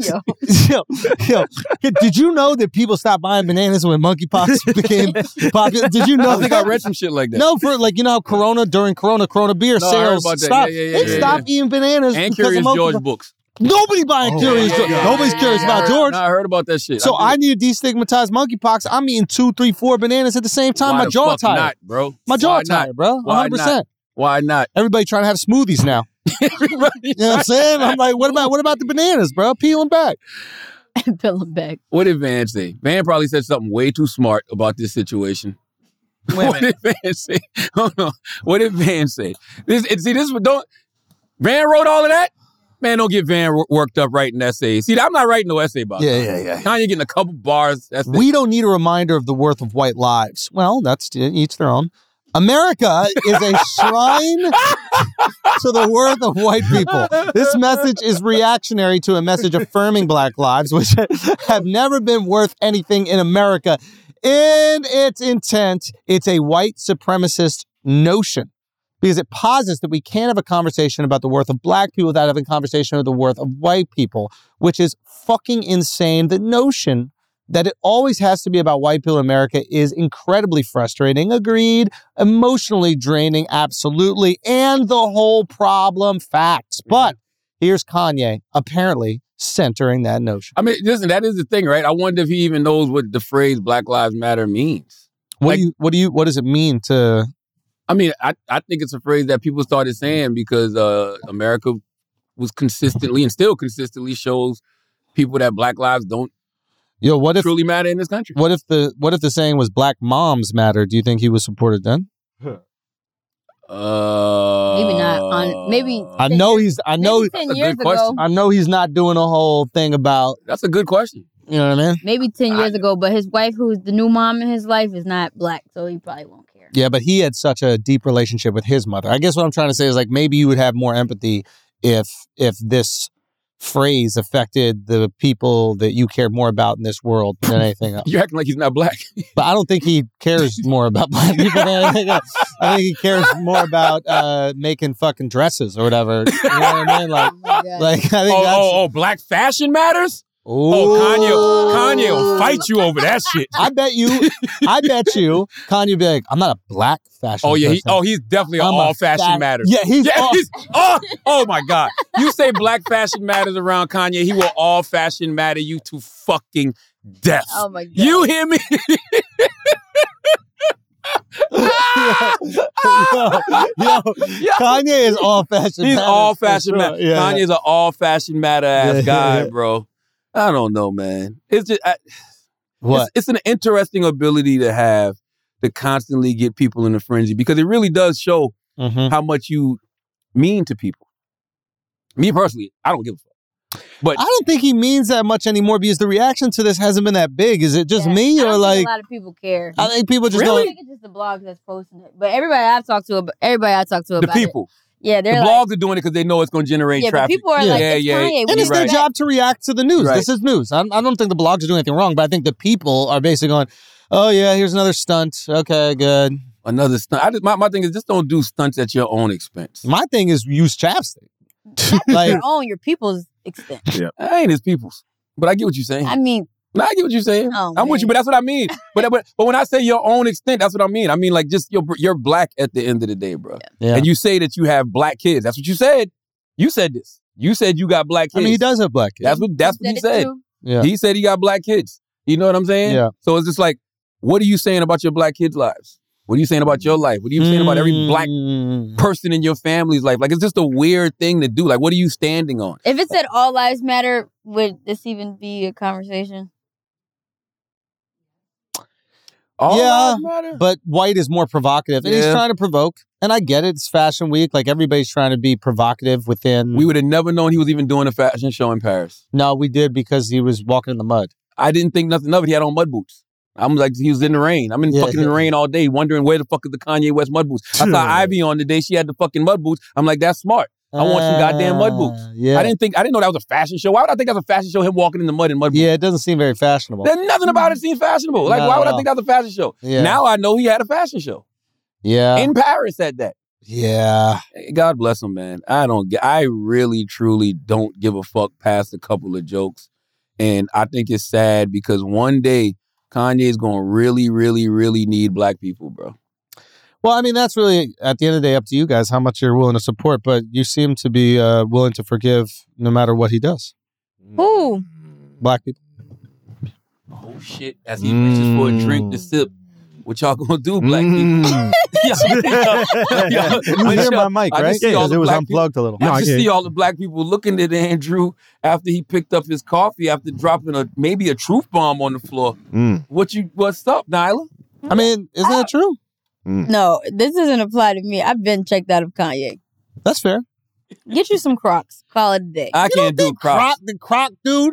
Yo.
(laughs) yo, yo, did- did you know that people stopped buying bananas when
(laughs)
monkeypox became popular? Did you know?
I think
that?
I read some shit like that.
No, for like you know how Corona during Corona, Corona beer
No, I heard
sales
about that.
stopped.
Yeah, yeah, yeah,
they
yeah,
stopped eating bananas
and
because
Curious
of monkey-
George books.
Nobody buying Curious
yeah,
George.
yeah,
Nobody's
yeah,
curious
yeah.
about George.
No, I heard about that shit.
so
I
I
did.
need to destigmatize monkeypox. I'm eating two, three, four bananas at the same time.
Why
my
the
jaw
fuck
tired.
not, bro.
My jaw
Why not?
tired, bro.
Why
100. percent
Why not?
Everybody trying to have smoothies now. (laughs)
Everybody-
You know what I'm saying? I'm like, what about what about the bananas, bro? Peel them back.
Peel them back.
what did Van say? Van probably said something way too smart about this situation. (laughs) What did Van say? (laughs) Hold on. What did Van say? This and see this don't Van wrote all of that. Man, don't get Van wor- worked up writing essays. See, I'm not writing no essay about.
Yeah,
that.
yeah, yeah.
Kanye getting a couple bars. That's it.
We don't need a reminder of the worth of white lives. Well, that's to each their own. America is a shrine to the worth of white people. This message is reactionary to a message affirming black lives, which (laughs) have never been worth anything in America. In its intent, it's a white supremacist notion because it posits that we can't have a conversation about the worth of black people without having a conversation about the worth of white people, which is fucking insane. The notion that it always has to be about white people in America is incredibly frustrating. Agreed. Emotionally draining, absolutely. And the whole problem facts.
Mm-hmm.
But here's Kanye apparently centering that notion.
I mean, listen, that is the thing, right? I wonder if he even knows what the phrase "Black Lives Matter" means.
What
Like-
do you what do you what does it mean to
I mean, I, I think it's a phrase that people started saying because uh, America was consistently and still consistently shows people that Black lives don't
yo, what if
truly matter in this country.
what if the what if the saying was black moms matter? Do you think he was supported then?
Uh,
Maybe not on- maybe-
Uh, I know he's I know
maybe ten
that's a
years
good question.
ago.
I know he's not doing a whole thing about,
That's a good question. (laughs)
you know what I mean?
Maybe ten years ago, but his wife, who's the new mom in his life, is not black, so he probably won't care.
Yeah, but he had such a deep relationship with his mother. I guess what I'm trying to say is like maybe you would have more empathy if if this phrase affected the people that you care more about in this world
(laughs)
than anything else.
You're acting like he's not black.
But I don't think he cares more
(laughs)
about black people than anything else. I think he cares more about uh, making fucking dresses or whatever. You know what I mean? Like,
(laughs)
Oh my God.
like I think
oh,
that's
oh, oh, black fashion matters?
Ooh.
Oh, Kanye, Kanye will fight you over that shit.
I bet you, I bet you, Kanye would be like, I'm not a black fashion.
Oh yeah, he,
person.
oh he's definitely an
I'm a
all fashion
fat- (laughs)
matters.
Yeah, he's
Yeah,
all-
he's- oh, oh my God. You say black fashion matters around Kanye, he will all fashion matter you to fucking death.
Oh my God.
you hear
(laughs)
me?
(laughs) yo,
(laughs)
yo, Kanye is all fashioned.
He's all fashion
man.
matter. Kanye's an all fashion matter ass
Yeah, yeah,
guy,
(laughs) yeah.
bro. I don't know, man. It's just I,
What?
It's, it's an interesting ability to have to constantly get people in a frenzy because it really does show
Mhm.
how much you mean to people. Me personally, I don't give a fuck.
I don't think he means that much anymore because the reaction to this hasn't been that big. Is it just
Yeah. I
me
don't
or
think
like?
a lot of people care.
I think people just
I
don't.
think it's just the blogs that's posting it, but everybody I've talked to, ab- everybody I talked to
The
about it,
people,
yeah,
the
they're like,
blogs are doing it because they know it's going to generate
yeah, but
traffic.
people are like,
Yeah,
it's
yeah.
Kanye.
And
we
it's their
respect
job to react to the news.
Right.
This is news. I, I don't think the blogs are doing anything wrong, but I think the people are basically going, "Oh yeah, here's another stunt. Okay, good."
Another stunt. I just, my, my thing is just don't do stunts at your own expense.
My thing is use chapstick. like
your own, your people's extent.
I ain't his people's, but I get what you're saying. (laughs)
I mean,
No, I get what you're saying.
Oh,
I'm with you, but
man.
that's what I mean. But, but but when I say your own extent, that's what I mean. I mean like just you're you're black at the end of the day, bro.
Yeah.
And you say that you have black kids. That's what you said. You said this. You said you got black kids.
I mean, he does have black kids.
That's what that's what he
it
said.
too.
yeah.
He said he got black kids. You know what I'm saying?
Yeah.
So it's just like, what are you saying about your black kids' lives? What are you saying about your life? What are you saying about every black
Mm.
person in your family's life? Like it's just a weird thing to do. Like what are you standing on?
If it said all lives matter, would this even be a conversation?
All
Yeah.
lives matter?
but white is more provocative. And he's
Yeah.
trying to provoke. And I get it. It's fashion week. Like everybody's trying to be provocative within.
We would have never known he was even doing a fashion show in Paris.
no, we did because he was walking in the mud.
I didn't think nothing of it. He had on mud boots. I'm like, he was in the rain. I'm in
Yeah,
fucking the
yeah.
rain all day, wondering where the fuck is the Kanye West mud boots. I saw Ivy on today. She had the fucking mud boots. I'm like, that's smart. I want some goddamn mud boots.
Ah, Yeah.
I didn't think, I didn't know that was a fashion show. Why would I think that's a fashion show? Him walking in the mud in mud boots.
yeah, it doesn't seem very fashionable.
There's nothing about it seemed fashionable. Like,
Not
why
at
would I
all.
think that's a fashion show?
Yeah.
Now I know he had a fashion show
yeah.
in Paris at that.
yeah.
God bless him, man. I don't. get- I really, truly don't give a fuck past a couple of jokes, and I think it's sad because one day Kanye's gonna really, really, really need black people, bro.
Well, I mean, that's really, at the end of the day, up to you guys how much you're willing to support, but you seem to be uh, willing to forgive no matter what he does.
Who?
Black people.
Oh shit! As he reaches for a drink to sip, What y'all gonna do, black
Mm.
people? (laughs) Y'all- y'all-
yeah. You
I
hear
just-
my mic,
I just
right?
see
Yeah,
all
because
the
it was
black
unplugged a little.
No,
I
I
just
can't.
see all the black people looking at Andrew after he picked up his coffee after dropping a maybe a truth bomb on the floor. (laughs)
Mm.
What you what's up, Nyla?
I mean, isn't that true?
No, this doesn't apply to me. I've been checked out of Kanye.
That's fair.
Get you some Crocs. Call it a day.
I can't do
Croc,
crops.
the Croc dude.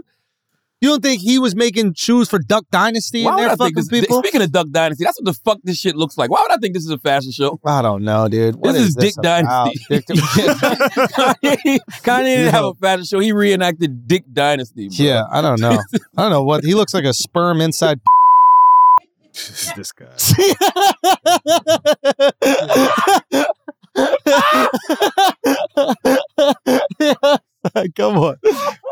You don't think he was making shoes for Duck Dynasty
Why
and
would
their
I think
fucking
this,
people?
Speaking of Duck Dynasty, that's what the fuck this shit looks like. Why would I think this is a fashion
(laughs)
show? (laughs)
I don't know, dude. What
This is Dick
about?
Dynasty.
Dick
Kanye, Kanye didn't have
No.
a fashion show. He reenacted Dick Dynasty. Bro.
(laughs) yeah, I don't know. I don't know what he looks like a sperm inside. (laughs)
this guy.
Come on.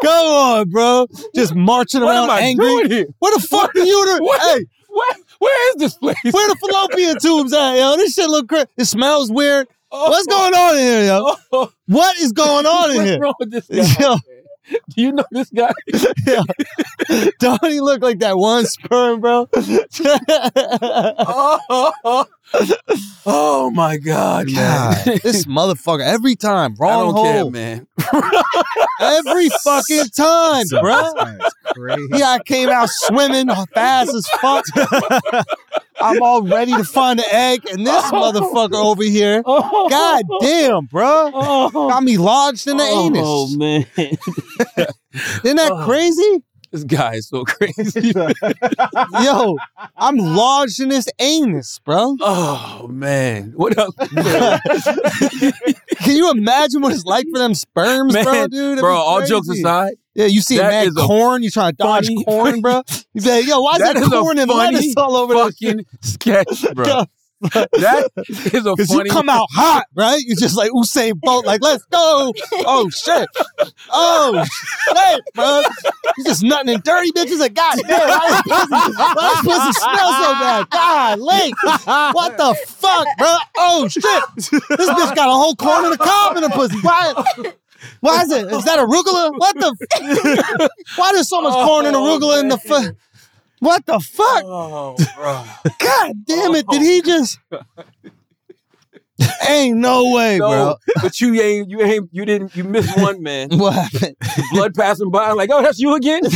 Come on, bro. Just marching
What
around
am I
angry.
doing
(laughs)
here?
Where the fuck are you? to-
What?
Hey,
Where, where is this place? (laughs)
where the fallopian tubes at, yo? This shit look crazy. It smells weird.
Oh,
What's going on in here, yo?
(laughs) on?
What is going on in
What's (laughs)
here?
wrong with this guy?
Yo.
man? Do you know this guy?
Don't he look like that one sperm, bro?
(laughs)
(laughs)
oh, my god,
Oh God,
man.
this motherfucker every time
I
wrong
don't care,
hole
man. (laughs)
every fucking time, bro.
That's crazy.
Yeah, I came out swimming fast as fuck. I'm all ready to find an egg, and this motherfucker over here,
Oh,
god damn, bro,
Oh,
got me lodged in the
oh
anus.
man,
(laughs)
Oh.
Isn't that crazy?
this guy is so (laughs)
(laughs)
crazy.
Yo, I'm lodged in this anus, bro.
oh man, what
(laughs)
else,
Can you imagine what it's like for them sperms, bro,
man?
dude? It'd be
bro, all jokes
crazy.
aside,
Yeah, you see
That
mad
is a
corn, you trying to dodge
funny- (laughs)
corn, bro. You say, yo, why is
That
there
is a
corn and
funny
lettuce all over the
(laughs) fucking sketch,
(laughs)
bro. that is a
Because you
funny.
come out hot, right? You just like Usain Bolt, like, let's go. Oh, shit. Oh, shit, bro. You just nothing and dirty bitches. Like, God damn, why this pussy, why this pussy smell so bad? God, Link, what the fuck, bro? Oh, shit. This bitch got a whole corn and a cob in her pussy. Why? Why is it? Is that arugula? What the? F- why there's so much corn and arugula in the? F- what the fuck?
oh, bro. (laughs) Oh.
God damn it! Did he just? Ain't no way,
No, but you ain't, you ain't, you didn't, you missed one (laughs) man.
bro. What happened?
Blood passing by, like, oh, that's you (laughs) again.
(laughs)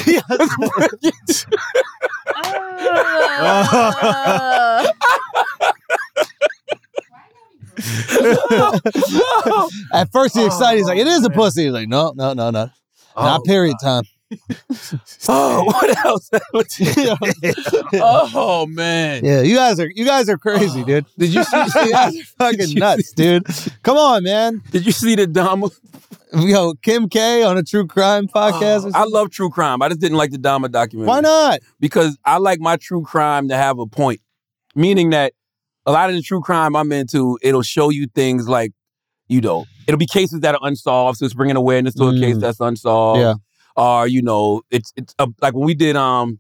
Oh.
At first he excited. He's like, "It is a
man.
pussy." He's like, "No, no, no, no, not period time."
(laughs) Oh, what else?
(laughs)
(laughs) oh man,
yeah, you guys are you guys are crazy, dude.
did you (laughs) see?
you guys are
(laughs)
fucking nuts, dude. Come on, man.
Did you see the Dama?
Yo, Kim K on a true crime podcast.
Oh,
or
I
something?
love true crime. I just didn't like the Dama documentary.
Why not?
Because I like my true crime to have a point, meaning that a lot of the true crime I'm into, it'll show you things like, you know, it'll be cases that are unsolved, so it's bringing awareness to a
Mm.
case that's unsolved.
Yeah.
Or you know, it's it's uh, like when we did um,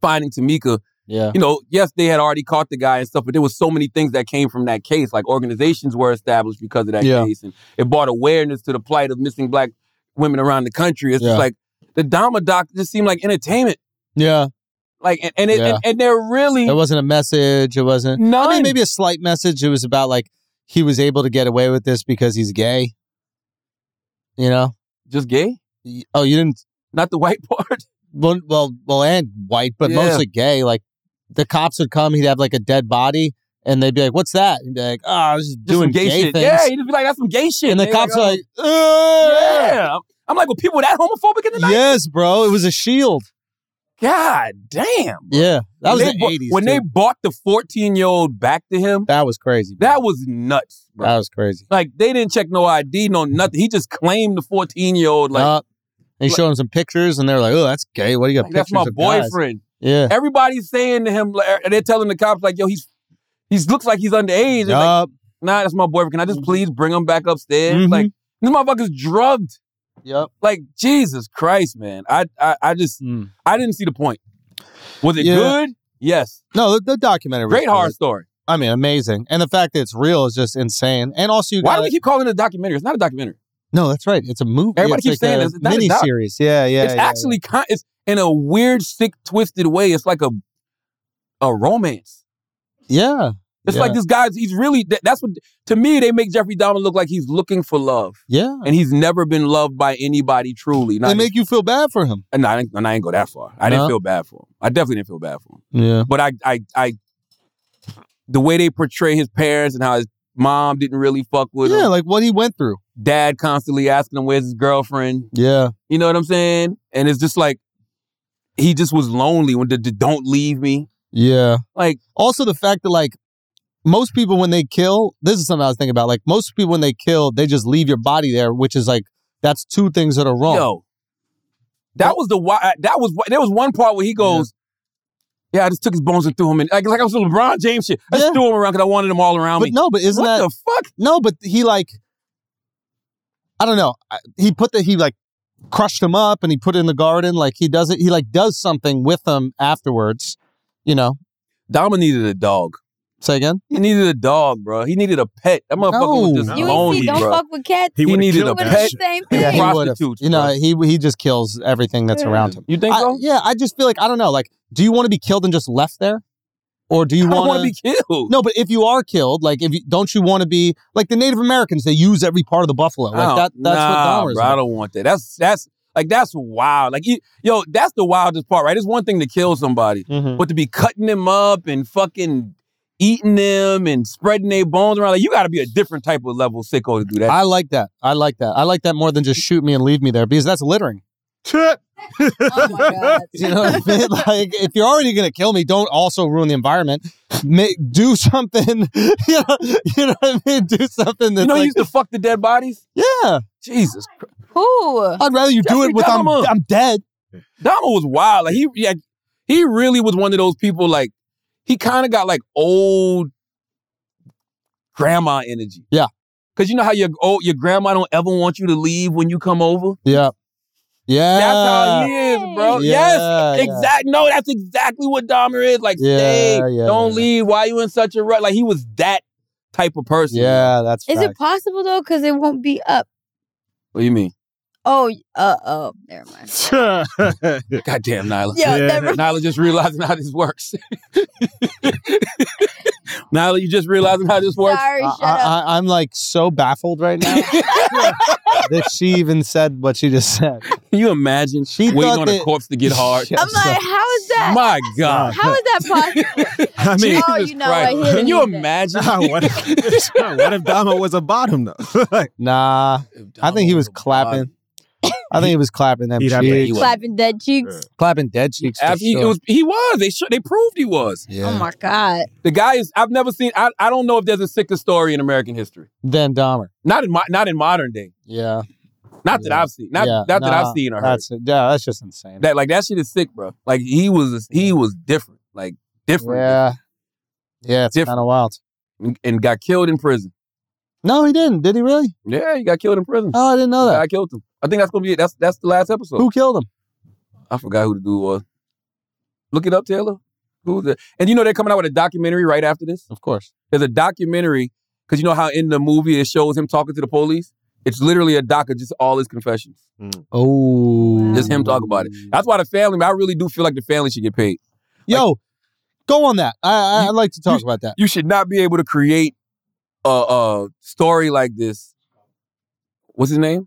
finding Tamika.
Yeah,
you know, yes, they had already caught the guy and stuff, but there was so many things that came from that case. Like organizations were established because of that
Yeah.
case, and it brought awareness to the plight of missing black women around the country. It's
Yeah.
just like the Dama doc just seemed like entertainment,
yeah.
like and and, it,
Yeah.
and, and they're really
It wasn't a message. It wasn't.
none.
I mean, maybe a slight message. It was about like he was able to get away with this because he's gay. You know?
just gay,
Y- Oh, you didn't.
not the white (laughs) part.
Well, well, well and white, but
Yeah.
mostly gay. Like the cops would come, he'd have like a dead body, and they'd be like, "What's that?" He'd be like, "Oh, I was just
Just some
doing gay,
shit.
things."
Yeah, you'd be like, that's some gay shit.
and the
They're
cops are like,
oh,
"Ugh."
yeah. I'm like, well, people were that homophobic in the night.
"Yes, bro, it was a shield."
God damn.
Yeah, that
When
was the
they bought-
'80s.
When they
too.
bought the 14 year old back to him,
that was crazy. bro.
that was nuts, bro.
that was crazy.
Like they didn't check no ID, no nothing. He just claimed the fourteen year old like,
Uh, they showed him some pictures, and they were like, "Oh, that's gay. What do you got
like,
pictures
that's my
of guys?"
boyfriend.
Yeah.
Everybody's saying to him, like, er, and they're telling the cops like, yo, he's he's looks like he's underage. It's Like,
Yup.
nah, that's my boyfriend. Can I
Mm-hmm.
just please bring him back upstairs?
Mhm.
Like this motherfucker's drugged.
Yup.
Like Jesus Christ, man. I I, I just
Mm.
I didn't see the point. Was it
Yeah.
good? Yes.
No, the, the documentary. was
Great horror
good.
story.
I mean, amazing, and the fact that it's real is just insane. And also, you
Why do
got
we keep calling it a documentary? It's not a documentary.
no, that's right. It's a movie.
Everybody
it's
keeps saying this. It's not a
mini
doc.
series. Yeah, yeah.
it's
yeah, yeah.
actually kind. It's in a weird, sick, twisted way. It's like a a romance.
Yeah.
It's
yeah.
like this guy's, he's really, that, that's what, to me, they make Jeffrey Dahmer look like he's looking for love.
Yeah.
And he's never been loved by anybody truly. Not
They make you feel bad for him.
and I, didn't- and I ain't go that far. I
No?
didn't feel bad for him. I definitely didn't feel bad for him.
Yeah.
But I, I, I, the way they portray his parents and how his mom didn't really fuck with
Yeah,
him,
like what he went through.
dad constantly asking him where's his girlfriend.
Yeah.
You know what I'm saying? And it's just like he just was lonely when the, the don't leave me.
Yeah.
Like
Also, the fact that like most people when they kill, this is something I was thinking about. Like most people when they kill, they just leave your body there, which is like that's two things that are wrong.
yo, that was the why. That was why- there was one part where he goes. Yeah. I just took his bones and threw him in. Like, like I was a LeBron James shit. I
Yeah.
just threw him around because I wanted him all around
but
me.
no, but isn't
what
that
the fuck?
no? But he like, I don't know. I- He put the he like crushed him up and he put it in the garden. Like he does it. He like does something with them afterwards. You know.
Dama needed a dog.
Say again.
He needed a dog, bro. He needed a pet. That motherfucker was
No.
just
You ain't
lonely,
see, don't
bro.
fuck with cats.
He
would've
needed
killed
a
that
But
pet.
(laughs)
it's
shit.
the same
Yeah,
thing.
he would've.
Prostitutes,
You know, he he just kills everything that's around him.
You think
I-
so?
yeah, I just feel like I don't know. Like, do you want to be killed and just left there, or do you
I don't
want
want to
to
be killed.
No, but if you are killed, like if you, don't you want to be like the Native Americans? They use every part of the buffalo.
I
Like
don't-
that. That's
Oh, nah,
what Dahmer is.
bro, I
like.
don't want that. That's that's like that's wild. Like you, yo, that's the wildest part, right? It's one thing to kill somebody, but to be cutting them up and fucking eating them and spreading their bones around, like you got to be a different type of level sicko to do that.
I like that. I like that. I like that more than just shoot me and leave me there because that's littering.
Oh my god.
(laughs)
You know what I mean? (laughs) Like if you're already gonna kill me, don't also ruin the environment. Make, do (laughs) something. You know, you know what I mean? Do something that's
you know, you
like,
used to fuck the dead bodies.
yeah.
Jesus,
Who?
I'd rather you do
Jeffrey
it with I'm,
Dahmer.
I'm dead.
Dama was wild. Like he, yeah, he really was one of those people. Like he kind of got like old grandma energy.
Yeah.
Cause you know how your old your grandma don't ever want you to leave when you come over.
Yeah. Yeah.
That's how he is, bro.
Yeah,
yes,
Ah, yeah.
exact. No, that's exactly what Dahmer is. Like,
Yeah,
stay,
yeah,
don't
yeah.
leave. Why you in such a rut? Like he was that type of person.
Yeah, that's
Is it
facts.
possible though? Because it won't be up.
What do you mean?
Oh, uh oh. Never
(laughs)
mind.
Goddamn, Nyla.
Yo,
Yeah.
never.
Nyla just realizing how this
(laughs)
works. (laughs) Nyla, you just realizing how this works.
Sorry, shut
I,
uh,
up.
I, I'm like so baffled right
(laughs)
now (laughs) that she even said what she just said.
Can you imagine
She thought
waiting on
that-
a corpse to get hard?
Shit,
I'm like, how is that?
My God. (laughs)
How is that possible?
I mean,
Oh, you
Jesus
know what?
Christ.
He didn't
Can you
mean that.
imagine?
Uh-huh.
nah, (laughs) what, if, (laughs) nah, what if Dama was a bottom though? (laughs) like,
Nah, I think he was clapping. I think he was clapping them
He'd have to
cheeks,
Clapping dead cheeks.
clapping dead cheeks. for
Ab- he,
sure.
it was, he was. They sho- they proved he was.
yeah.
Oh my god.
The guy is. I've never seen. I, I don't know if there's a sicker story in American history.
Then Dahmer.
Not in my, not in modern day.
Yeah,
Not that
Yeah.
I've seen. Not,
Yeah,
not that
nah,
I've seen or heard.
that's yeah, that's just insane.
That like that shit is sick, bro. Like he was he was different. Like different.
yeah, yeah, it's kind
Different.
of wild.
And, and got killed in prison.
No, he didn't. Did he really?
Yeah, he got killed in prison.
Oh, I didn't know that.
I killed him. I think that's gonna be it. That's that's the last episode.
Who killed him?
I forgot who the dude was. Look it up, Taylor. Who's the and you know they're coming out with a documentary right after this?
Of course.
There's a documentary, because you know how in the movie it shows him talking to the police? It's literally a doc of just all his confessions.
Oh,
Just him talk about it. That's why the family, I really do feel like the family should get paid.
Yo, go on that. I, I
You-
I'd like to talk about that.
You should not be able to create a, a story like this. What's his name?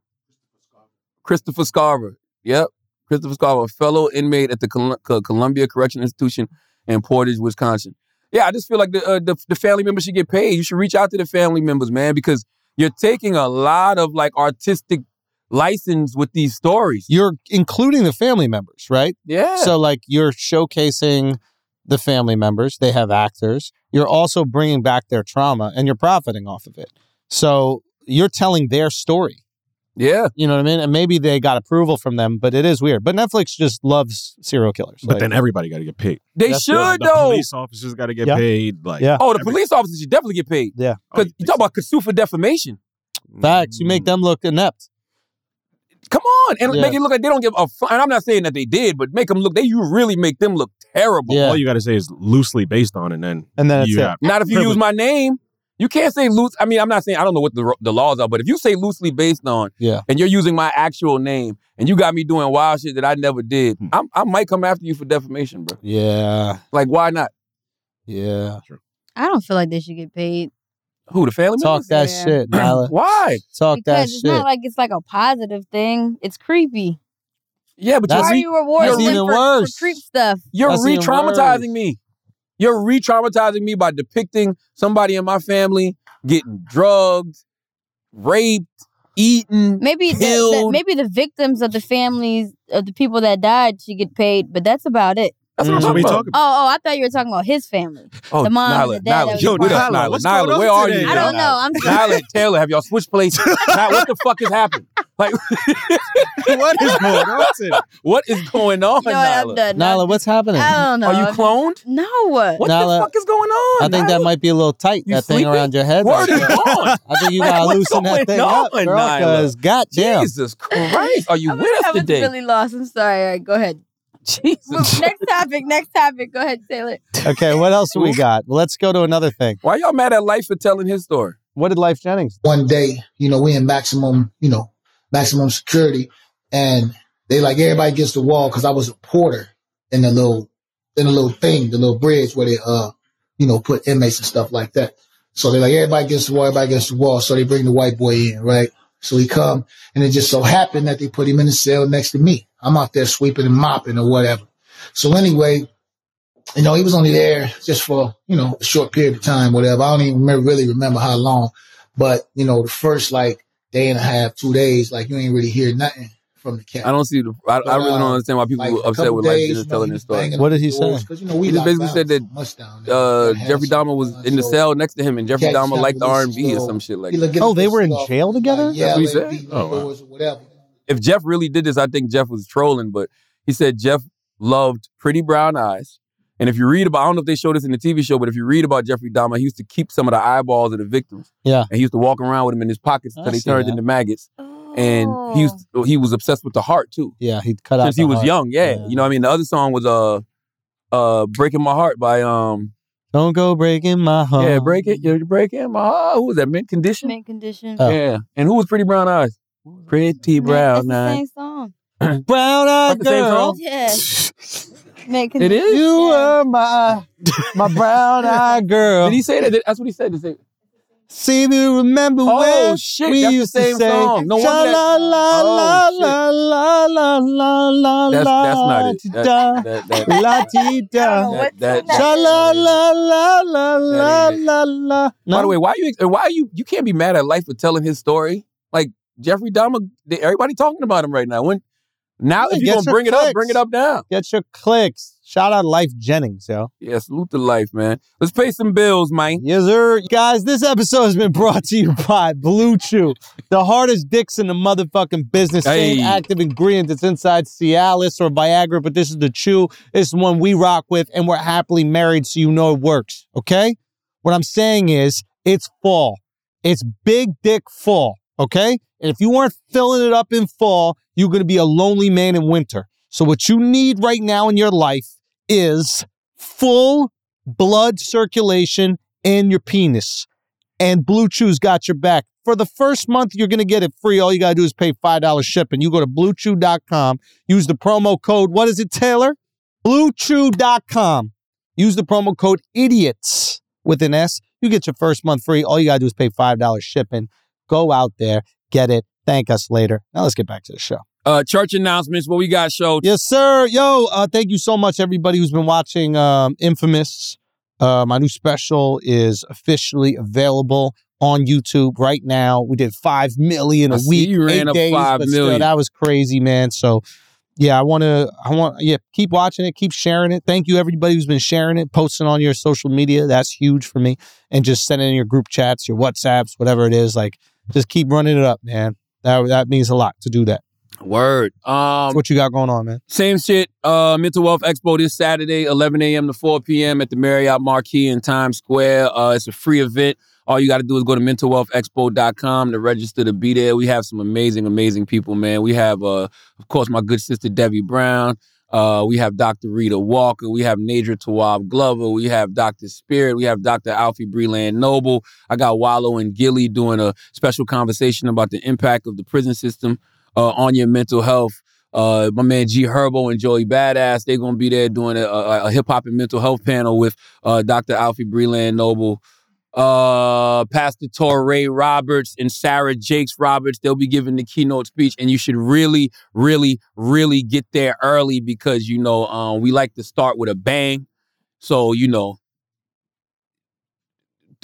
Christopher Scarver. Yep. Christopher Scarver, a fellow inmate at the Col- Co- Columbia Correction Institution in Portage, Wisconsin. Yeah, I just feel like the, uh, the the family members should get paid. You should reach out to the family members, man, because you're taking a lot of like artistic license with these stories.
You're including the family members, right?
Yeah.
So like you're showcasing the family members, they have actors. You're also bringing back their trauma and you're profiting off of it. So you're telling their story.
yeah.
You know what I mean? And maybe they got approval from them, but it is weird. But Netflix just loves serial killers.
but
Like,
then everybody got to get paid.
They
That's
should
the
though.
police officers got to get
Yeah.
paid. Like,
Yeah.
Oh, the
every-
police officers should definitely get paid.
Yeah.
Oh,
Because you talk about Kasu for defamation.
facts,
Mm.
you make them look inept.
Come on, and
Yeah.
make it look like they don't give a fuck. And I'm not saying that they did, but make them look. They you really make them look terrible.
Yeah.
All you got to say is loosely based on, and then
And then it's
you
it.
got
Not if you
Privilege.
use my name. You can't say loose. I mean, I'm not saying I don't know what the, ro- the laws are, but if you say loosely based on,
Yeah.
and you're using my actual name, and you got me doing wild shit that I never did,
Hmm.
I'm, I might come after you for defamation, bro.
Yeah.
Like, why not?
Yeah.
True.
I don't feel like they should get paid.
Who the family?
Talk
members?
that
Yeah.
shit,
(clears throat)
Nyla.
Why?
Talk that
Because it's
shit.
not like it's like a positive thing. It's creepy.
Yeah, but
Why
That's
are
e-
you rewarding
that's
them
even
for, for
worse.
creep stuff?
you're
That's
re
even
traumatizing
worse.
me. You're re traumatizing me by depicting somebody in my family getting drugged, raped, eaten.
Maybe the, the,
Killed.
maybe the victims of the families of the people that died should get paid, but that's about it.
That's
Mm.
what
That's
I'm
what we
talking
talking
about.
Oh, oh, I thought you were talking about his family.
Oh,
The mom and the dad that
Nyla,
was
Yo, with us,
Nyla,
Nyla,
what's
Nyla,
going on
where are
today?
you?
Yeah,
I don't
Nyla?
know. I'm
(laughs) Nyla and Taylor, have y'all switched places?
(laughs)
Now, what the fuck has happened? Like, (laughs)
what (laughs) is going on? today?
what is going on,
you know what, I'm
Nyla?
done.
Nyla, what's happening?
I
I
don't know.
Are you cloned?
no. What?
What
Nyla,
the fuck is going on?
think that
Nyla?
might be a little tight.
You
That thing
sleeping?
around your head.
Word is
right there. (laughs)
on.
I think you gotta
What's
loosen that
going
thing
on,
up, girl.
Nyla?
Cause goddamn,
Jesus Christ, are you
I'm,
with us
I'm
today?
really lost. I'm sorry. All right, go ahead.
(laughs)
(laughs)
Jesus.
next topic. Next topic. Go ahead, Taylor.
Okay, what else we got? Let's go to another thing.
Why y'all mad at Life for telling his story?
What did Life Jennings?
one day, you know, we in maximum, you know, maximum security, and they like everybody gets the wall because I was a porter in the little in the little thing, the little bridge where they uh, you know, put inmates and stuff like that. So they like everybody gets the wall, everybody gets the wall. So they bring the white boy in, right? So he come, and it just so happened that they put him in the cell next to me. I'm out there sweeping and mopping or whatever. So anyway, you know, he was only there just for, you know, a short period of time, whatever. I don't even remember, really remember how long, but you know, the first like day and a half, two days, like you ain't really hear nothing from the cat.
I don't see the. I, I really don't
Uh,
understand why people
like,
were
a
upset
couple
with Life
days,
just
you know,
telling
he
his
was
story.
banging
What
on
did he
the doors,
say?
'cause, you know, we
He just
locked
basically
down
said that,
so much down there.
Uh,
Had
Jeffrey
some
Dahmer was
fun,
in the
so
cell next to him, and Jeffrey
cat just
Dahmer
got
liked R and
released,
B or
little-
some shit like.
he
that.
looked getting
Oh, they
pissed
were in
off,
jail
like,
together?
yeah,
That's what he
they
said?
beating
Oh,
on
wow.
doors or whatever.
If Jeff really did this, I think Jeff was trolling. But he said Jeff loved pretty brown eyes, and if you read about, I don't know if they showed this in the TV show, but if you read about Jeffrey Dahmer, he used to keep some of the eyeballs of the victims.
Yeah.
and he used to walk around with them in his pockets until
I
they
see
turned
that.
into maggots. And he used
Oh.
he was obsessed with the heart too.
Yeah, he cut out
since he
the
was
heart.
young. Yeah.
Yeah.
you know what I mean. The other song was uh, uh, "Breaking My Heart" by um,
Don't go breaking my heart.
yeah, break it, you break it, my heart. Who was that? Mint Condition.
Mint condition.
Oh.
Um, Yeah, and who was Pretty Brown Eyes? Pretty
Mint- that's
Brown
the
Eyes.
same song.
Brown
That's
eyed
the same
girl,
song?
Oh, (laughs) Yeah. Mint
It
condition.
is.
you uh, were my my
(laughs)
brown eyed girl.
Did he say that? Did- That's what he said. Did he say-
See me remember
Oh
when
shit,
we
that's the
used to
same
say
song. No
la
wonder. That,
la
Oh, shit.
la la la la la la la
that's that's
la
not it.
da,
That,
(laughs)
that, that,
la ti da.
What's
that, that,
Sha la
that-
la la la la
That ain't it.
la la.
By the way, why you why you you can't be mad at life for telling his story? Like Jeffrey Dahmer, everybody talking about him right now. When now,
Yeah,
if you
get
gonna
your
bring it
clicks.
up, bring it up now.
get your clicks. Shout out Life Jennings, yo.
Yeah, salute to life, man. Let's pay some bills, man.
Yes, sir. Guys, this episode has been brought to you by Blue Chew, the hardest dicks in the motherfucking business. Same
Hey.
active ingredient that's inside Cialis or Viagra, but this is the chew. This is the one we rock with, and we're happily married, so you know it works, okay? What I'm saying is, it's fall. It's big dick fall, okay? And if you aren't filling it up in fall, you're gonna be a lonely man in winter. So, what you need right now in your life is full blood circulation in your penis. And Blue Chew's got your back. For the first month, you're going to get it free. All you got to do is pay $5 shipping. You go to bluechew.com, use the promo code, what is it, Taylor? Bluechew.com. Use the promo code IDIOTS with an S. You get your first month free. All you got to do is pay $5 shipping. Go out there, get it. Thank us later. Now let's get back to the show.
Uh, church announcements. What we got show?
Yes, sir. Yo, uh, thank you so much, everybody who's been watching um, Infamous. Uh, my new special is officially available on YouTube right now. We did five million a
I see
week,
you ran
eight
up
days,
five
but still,
million.
that was crazy, man. So, yeah, I want to, I want, yeah, keep watching it, keep sharing it. Thank you, everybody who's been sharing it, posting on your social media. That's huge for me, and just sending in your group chats, your WhatsApps, whatever it is. Like, just keep running it up, man. That that means a lot to do that.
Word. Um,
That's what you got going on, man?
Same shit. Uh, Mental Wealth Expo this Saturday, 11 a.m. to 4 p.m. at the Marriott Marquis in Times Square. Uh, it's a free event. All you got to do is go to mentalwealthexpo.com to register to be there. We have some amazing, amazing people, man. We have, uh, of course, my good sister Debbie Brown. Uh, we have Dr. Rita Walker. We have Nadra Tawab Glover. We have Dr. Spirit. We have Dr. Alfie Breland Noble. I got Wallow and Gilly doing a special conversation about the impact of the prison system uh, on your mental health. Uh, my man G Herbo and Joey Badass, they're gonna be there doing a, a, a hip hop and mental health panel with uh, Dr. Alfie Breland Noble, uh, Pastor Torrey Roberts, and Sarah Jakes Roberts. They'll be giving the keynote speech, and you should really, really, really get there early because you know um, we like to start with a bang. So you know,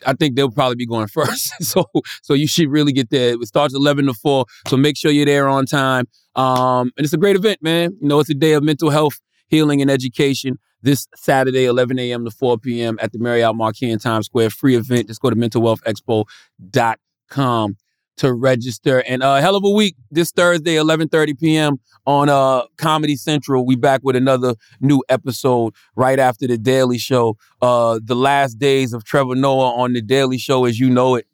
I think they'll probably be going (laughs) first. so so you should really get there. It starts eleven to four. So make sure you're there on time. Um, and it's a great event, man. You know, it's a day of mental health, healing, and education. This Saturday, 11 a.m. to 4 p.m. at the Marriott Marquis in Times Square. Free event. Just go to mentalwealthexpo.com to register. And uh, hell of a week this Thursday, 11:30 p.m. on uh, Comedy Central. We back with another new episode right after the Daily Show. Uh, the last days of Trevor Noah on the Daily Show, as you know it.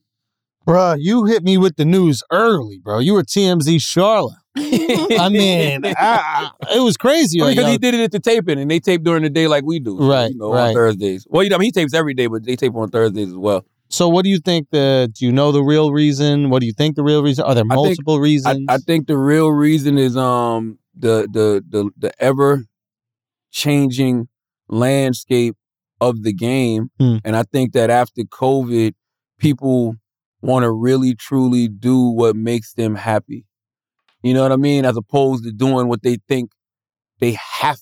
Bruh, you hit me with the news early, bro. You were TMZ Charlotte. (laughs)
(laughs)
I mean, I, I- it was crazy. on
Because
y'all.
he did it at the taping, and they tape during the day like we do, So,
Right,
You know,
right.
on Thursdays. Well, you know, I mean, he tapes every day, but they tape on Thursdays as well.
So, what do you think? The do you know the real reason? What do you think the real reason? Are there
I think-
multiple
I,
reasons?
I think the real reason is um the the the the ever changing landscape of the game,
Hmm.
and I think that after COVID, people want to really truly do what makes them happy. You know what I mean? As opposed to doing what they think they have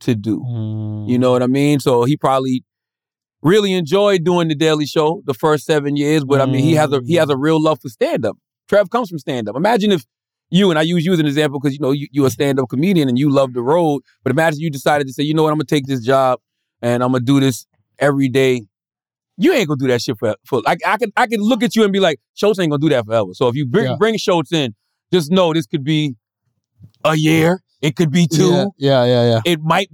to do.
Mm.
You know what I mean? So he probably really enjoyed doing the Daily Show the first seven years, but I mean he has a he has a real love for stand up. Trev comes from stand up. Imagine if you and I use you as an example because you know you, you're a stand up comedian and you love the road, but imagine you decided to say, you know what, I'm gonna take this job and I'm gonna do this every day. You ain't gonna do that shit for for like I can I can look at you and be like, Schultz ain't gonna do that forever. So if you bring
Yeah.
bring Schultz in, just know this could be a year, it could be two,
Yeah, yeah, yeah, yeah.
it might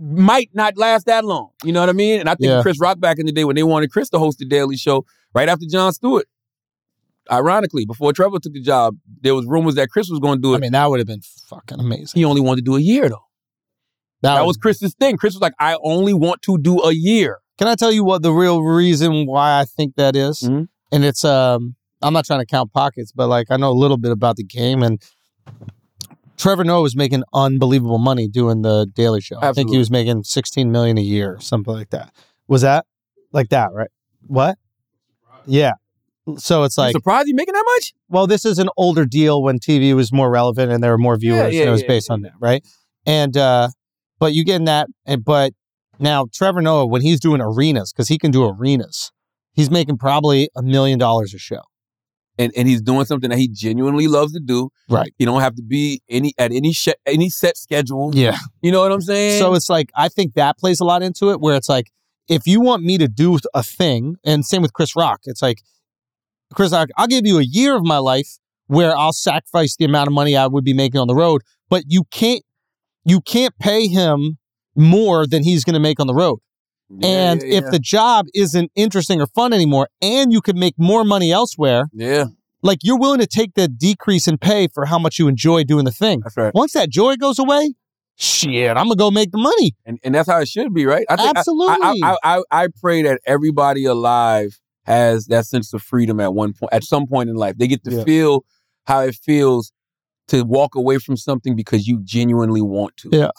might not last that long. You know what I mean? And I think
Yeah.
Chris Rock back in the day when they wanted Chris to host the Daily Show right after John Stewart. Ironically, before Trevor took the job, there was rumors that Chris was going to do it.
I mean, that would have been fucking amazing.
he only wanted to do a year though. That was Chris's thing. Chris was like, "I only want to do a year."
Can I tell you what the real reason why I think that is?
Mhm.
And it's um, I'm not trying to count pockets, but like I know a little bit about the game, and Trevor Noah was making unbelievable money doing the Daily Show. I think
Absolutely.
he was making 16 million a year, or something like that. Was that like that? Right? What? Yeah. So it's
Like,
like,
surprised you making that much?
well, this is an older deal when TV was more relevant and there were more viewers,
yeah,
and it was
yeah,
based
yeah.
on that, right? And uh, but you getting that, and but now Trevor Noah when he's doing arenas because he can do arenas, he's making probably a million dollars a show,
And and he's doing something that he genuinely loves to do.
right?
He don't have to be any at any sh- any set schedule.
Yeah.
You know what I'm saying?
So it's like I think that plays a lot into it, where it's like if you want me to do a thing, and same with Chris Rock, it's like Chris Rock, I'll give you a year of my life where I'll sacrifice the amount of money I would be making on the road, but you can't you can't pay him more than he's going to make on the road.
Yeah,
and
yeah,
if the job isn't interesting or fun anymore, and you can make more money elsewhere,
yeah. yeah,
like you're willing to take the decrease in pay for how much you enjoy doing the thing.
that's right.
Once that joy goes away, shit, I'm gonna go make the money.
And and that's how it should be, right? I think, I-
Absolutely.
I, I, I, I pray that everybody alive has that sense of freedom at one point, at some point in life. They get to
Yeah.
feel how it feels to walk away from something because you genuinely want to.
Yeah.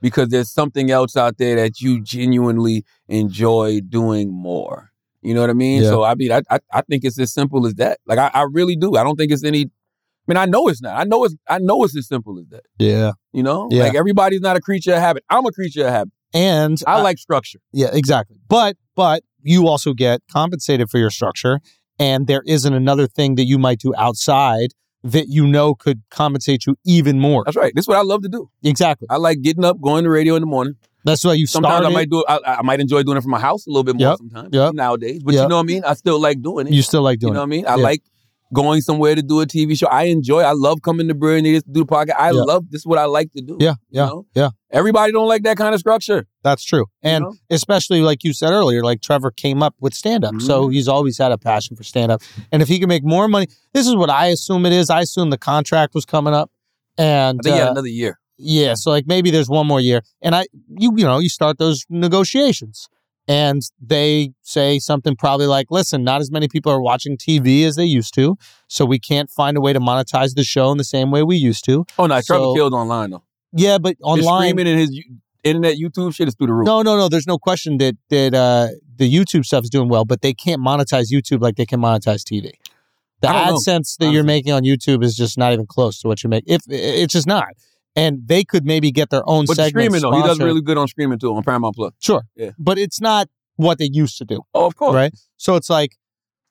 Because there's something else out there that you genuinely enjoy doing more. You know what I mean?
Yeah.
So I mean, I, I I think it's as simple as that. Like I, I really do. I don't think it's any. I mean, I know it's not. I know it's. I know it's as simple as that.
yeah.
You know,
Yeah.
like everybody's not a creature of habit. I'm a creature of habit.
And
I like structure.
yeah, exactly. But but you also get compensated for your structure, and there isn't another thing that you might do outside that you know could compensate you even more.
That's right. This is what I love to do.
Exactly.
I like getting up, going to radio in the morning.
That's why you
Sometimes
started.
I might do it. I, I might enjoy doing it from my house a little bit more
Yep,
sometimes
yep.
nowadays. But
Yep.
you know what I mean. I still like doing it.
you still like
You
doing
know what I
it.
mean. I
Yeah.
like going somewhere to do a TV show. I enjoy. I love coming to Brilliant Idiots to do the podcast. I
Yeah.
love this. Is what I like to do.
Yeah, yeah,
know?
yeah.
Everybody don't like that kind of structure.
That's true. And
know?
especially like you said earlier, like Trevor came up with stand up. So
Mm-hmm.
he's always had a passion for stand up. And if he can make more money, this is what I assume it is. I assume the contract was coming up. And
I think you
uh,
had another year.
yeah, so like maybe there's one more year. And I you you know, you start those negotiations. and they say something probably like, listen, not as many people are watching TV as they used to, so we can't find a way to monetize the show in the same way we used to.
Oh no, Trevor
So-
killed online though.
Yeah, but
His
online.
streaming and his you- internet YouTube shit is through the roof.
No, no, no. There's no question that that uh, the YouTube stuff's doing well, but they can't monetize YouTube like they can monetize TV. The
I don't know.
AdSense that you're making on YouTube is just not even close to what you make. If it's just not, and they could maybe get their own
but the
segment.
streaming though, he does
sponsored.
really good on streaming too on Paramount Plus.
sure,
Yeah.
but it's not what they used to do.
Oh, of course.
Right. So it's like,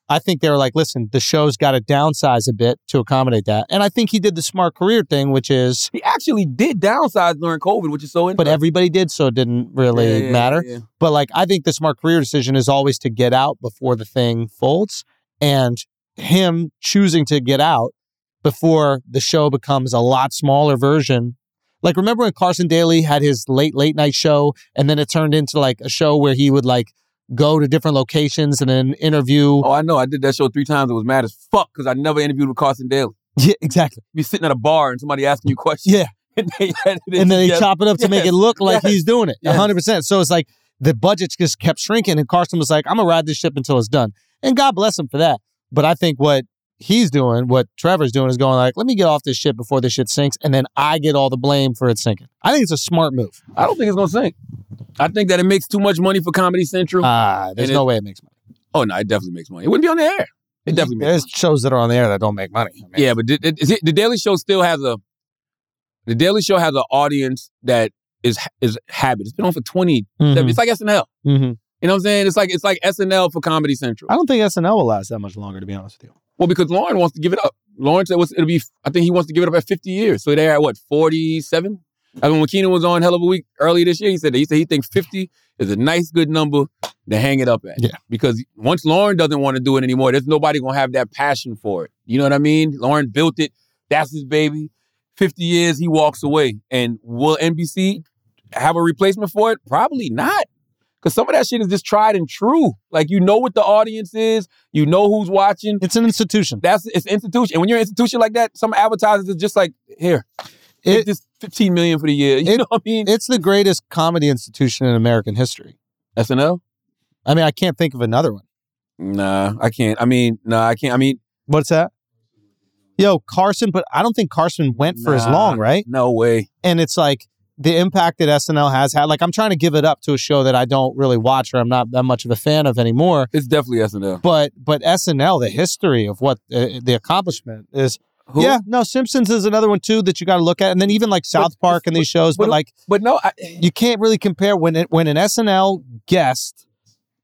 I think they were like, listen, the show's got to downsize a bit to accommodate that. And I think he did the smart career thing, which is,
He actually did downsize during COVID, which is so interesting.
but everybody did, so it didn't really
Yeah, yeah,
matter.
yeah.
But like, I think the smart career decision is always to get out before the thing folds. And him choosing to get out before the show becomes a lot smaller version. Like, remember when Carson Daly had his late, late night show, and then it turned into like a show where he would like go to different locations and then interview.
Oh, I know. I did that show three times. It was mad as fuck because I never interviewed with Carson Daly.
Yeah, exactly.
You sitting at a bar and somebody asking you (laughs) questions.
Yeah.
And they, and
and then they chop it up to make it
Yes.
look like
Yes.
he's doing it
Yes.
100% so it's like the budget just kept shrinking and carson was like i'm gonna ride this ship until it's done and god bless him for that but i think what he's doing what trevor's doing is going like let me get off this ship before this shit sinks and then i get all the blame for it sinking i think it's a smart move
I don't think it's gonna sink. I think that it makes too much money for Comedy Central.
ah there's
And
no
it-
way it makes money
oh no, it definitely makes money. It wouldn't be on the air. It definitely makes.
there's shows that are on the air that don't make money I mean,
Yeah, but did, is it, the Daily Show still has a the Daily Show has an audience that is is habit. It's been on for 20
mhm,
It's like SNL.
mhm.
You know what I'm saying? It's like it's like SNL for Comedy Central.
i don't think snl will last that much longer to be honest with you
Well, because Lauren wants to give it up. Lauren said what's- it'll be. I think he wants to give it up at 50 years. So they're at what 47. I mean, when Keenan was on Hell of a Week earlier this year, he said that he said he thinks 50 is a nice, good number to hang it up at.
Yeah.
Because once Lauren doesn't want to do it anymore, there's nobody gonna have that passion for it. You know what I mean? Lauren built it. That's his baby. 50 years, he walks away, and will NBC have a replacement for it? Probably not. Because some of that shit is just tried and true. Like you know what the audience is, you know who's watching.
it's an institution
That's it's institution. And when you're an institution like that, some advertisers are just like, here,
It-
take this 15 million for the year. You
it-
know what I mean?
it's the greatest comedy institution in american history
SNL?
i mean i can't think of another one
Nah, I can't. I mean, nah, I can't. I mean,
What's that? Yo, Carson, but I don't think Carson went for as
Nah.
long, right?
no way.
And it's like the impact that SNL has had. Like I'm trying to give it up to a show that I don't really watch or I'm not that much of a fan of anymore.
It's definitely SNL.
But but SNL, the history of what uh, the accomplishment is.
Who?
Yeah, no, Simpsons is another one too that you got to look at, and then even like South Park and these shows. But,
but-
like
But no, I,
you can't really compare when it when an SNL guest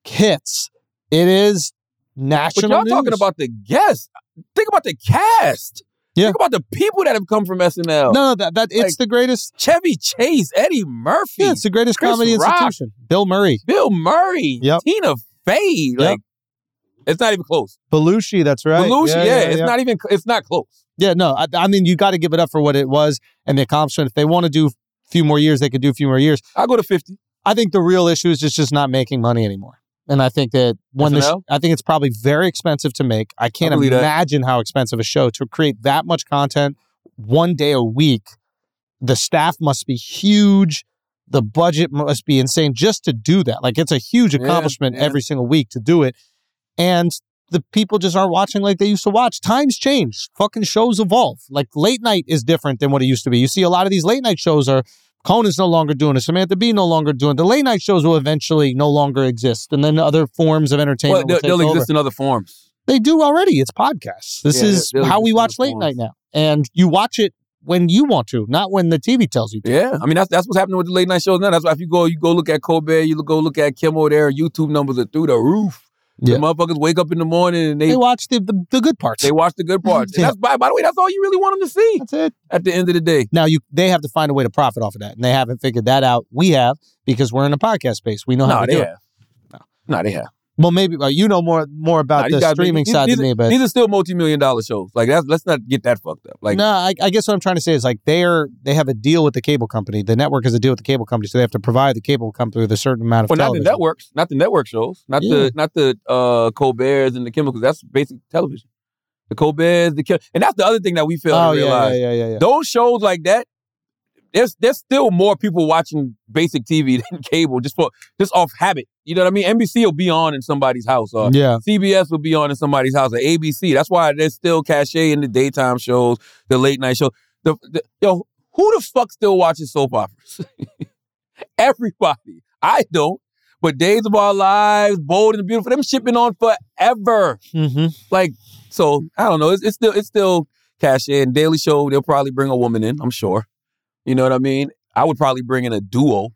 hits, it is
but
national.
y'all talking
news.
about the guests. Think about the cast.
Yeah.
Think about the people that have come from SNL.
no, no, that that it's
Like-
the greatest.
Chevy Chase, Eddie Murphy,
Yeah, it's the greatest
Chris
comedy
Rock.
institution. Bill Murray,
Bill Murray,
Yep.
Tina Fey.
Yep.
Like, it's not even close.
Belushi. That's right.
Belushi, yeah,
yeah.
it's
yeah.
not even. It's not close.
Yeah, no. I, I mean, you got to give it up for what it was and the accomplishment. If they want to do a few more years, they could do a few more years.
I go to fifty.
I think the real issue is just just not making money anymore. And I think that when the sh-
SNL?
I think it's probably very expensive to make. I can't
I believe that.
imagine how expensive a show to create that much content one day a week. The staff must be huge. The budget must be insane just to do that. Like it's a huge
Yeah,
accomplishment
yeah.
every single week to do it. And the people just aren't watching like they used to watch. Times change. Fucking shows evolve. Like late night is different than what it used to be. You see a lot of these late night shows are Conan's no longer doing it. Samantha Bee no longer doing it. The late night shows will eventually no longer exist. And then other forms of
Well,
entertainment
they'll,
will take
they'll
over.
exist in other forms.
They do already. It's podcasts. This
Yeah,
is
they'll
how
exist
we
in
watch
other
late night
forms.
now. And you watch it when you want to, not when the TV tells you to.
Yeah, I mean that's that's what's happening with the late night shows now. That's why if you go you go look at Colbert, you go look at Kimmel, their YouTube numbers are through the roof.
Yeah.
The motherfuckers wake up in the morning and
They
they
watch the, the, the good parts.
they watch the good parts. And
Yeah.
that's by, by the way, that's all you really want them to see
That's it.
at the end of the day.
Now you they have to find a way to profit off of that. And they haven't figured that out. We have because we're in a podcast space. We know how
No,
to
they
do it.
have. No, they have.
Well, maybe well, you know more more
Nah,
about
these
the
guys-
streaming
these-
side
these,
than me, but
these are still multi million dollar shows. Like that's let's not get that fucked up. Like
no, I, I guess what I'm trying to say is like they're they have a deal with the cable company. The network has a deal with the cable company, so they have to provide the cable company with a certain amount of
well, not the
television.
networks, not the network shows, not
Yeah.
the not the uh Colbert's and the Kimmels. That's basic television. The Colbert's, the Kim- and that's the other thing that we fail
oh
to
yeah,
realize.
yeah, yeah, yeah, yeah.
Those shows like that, there's there's still more people watching basic TV (laughs) than cable just for just off habit. You know what I mean? NBC will be on in somebody's house, uh, or
Yeah.
CBS will be on in somebody's house, or ABC. That's why there's still cachet in the daytime shows, the late night show. The, the yo, who the fuck still watches soap operas? (laughs) Everybody, I don't. But Days of Our Lives, Bold and Beautiful, them shit been on forever.
Mm-hmm.
Like, so I don't know. It's, it's still it's still cachet. And Daily Show, they'll probably bring a woman in. I'm sure. You know what I mean? I would probably bring in a duo.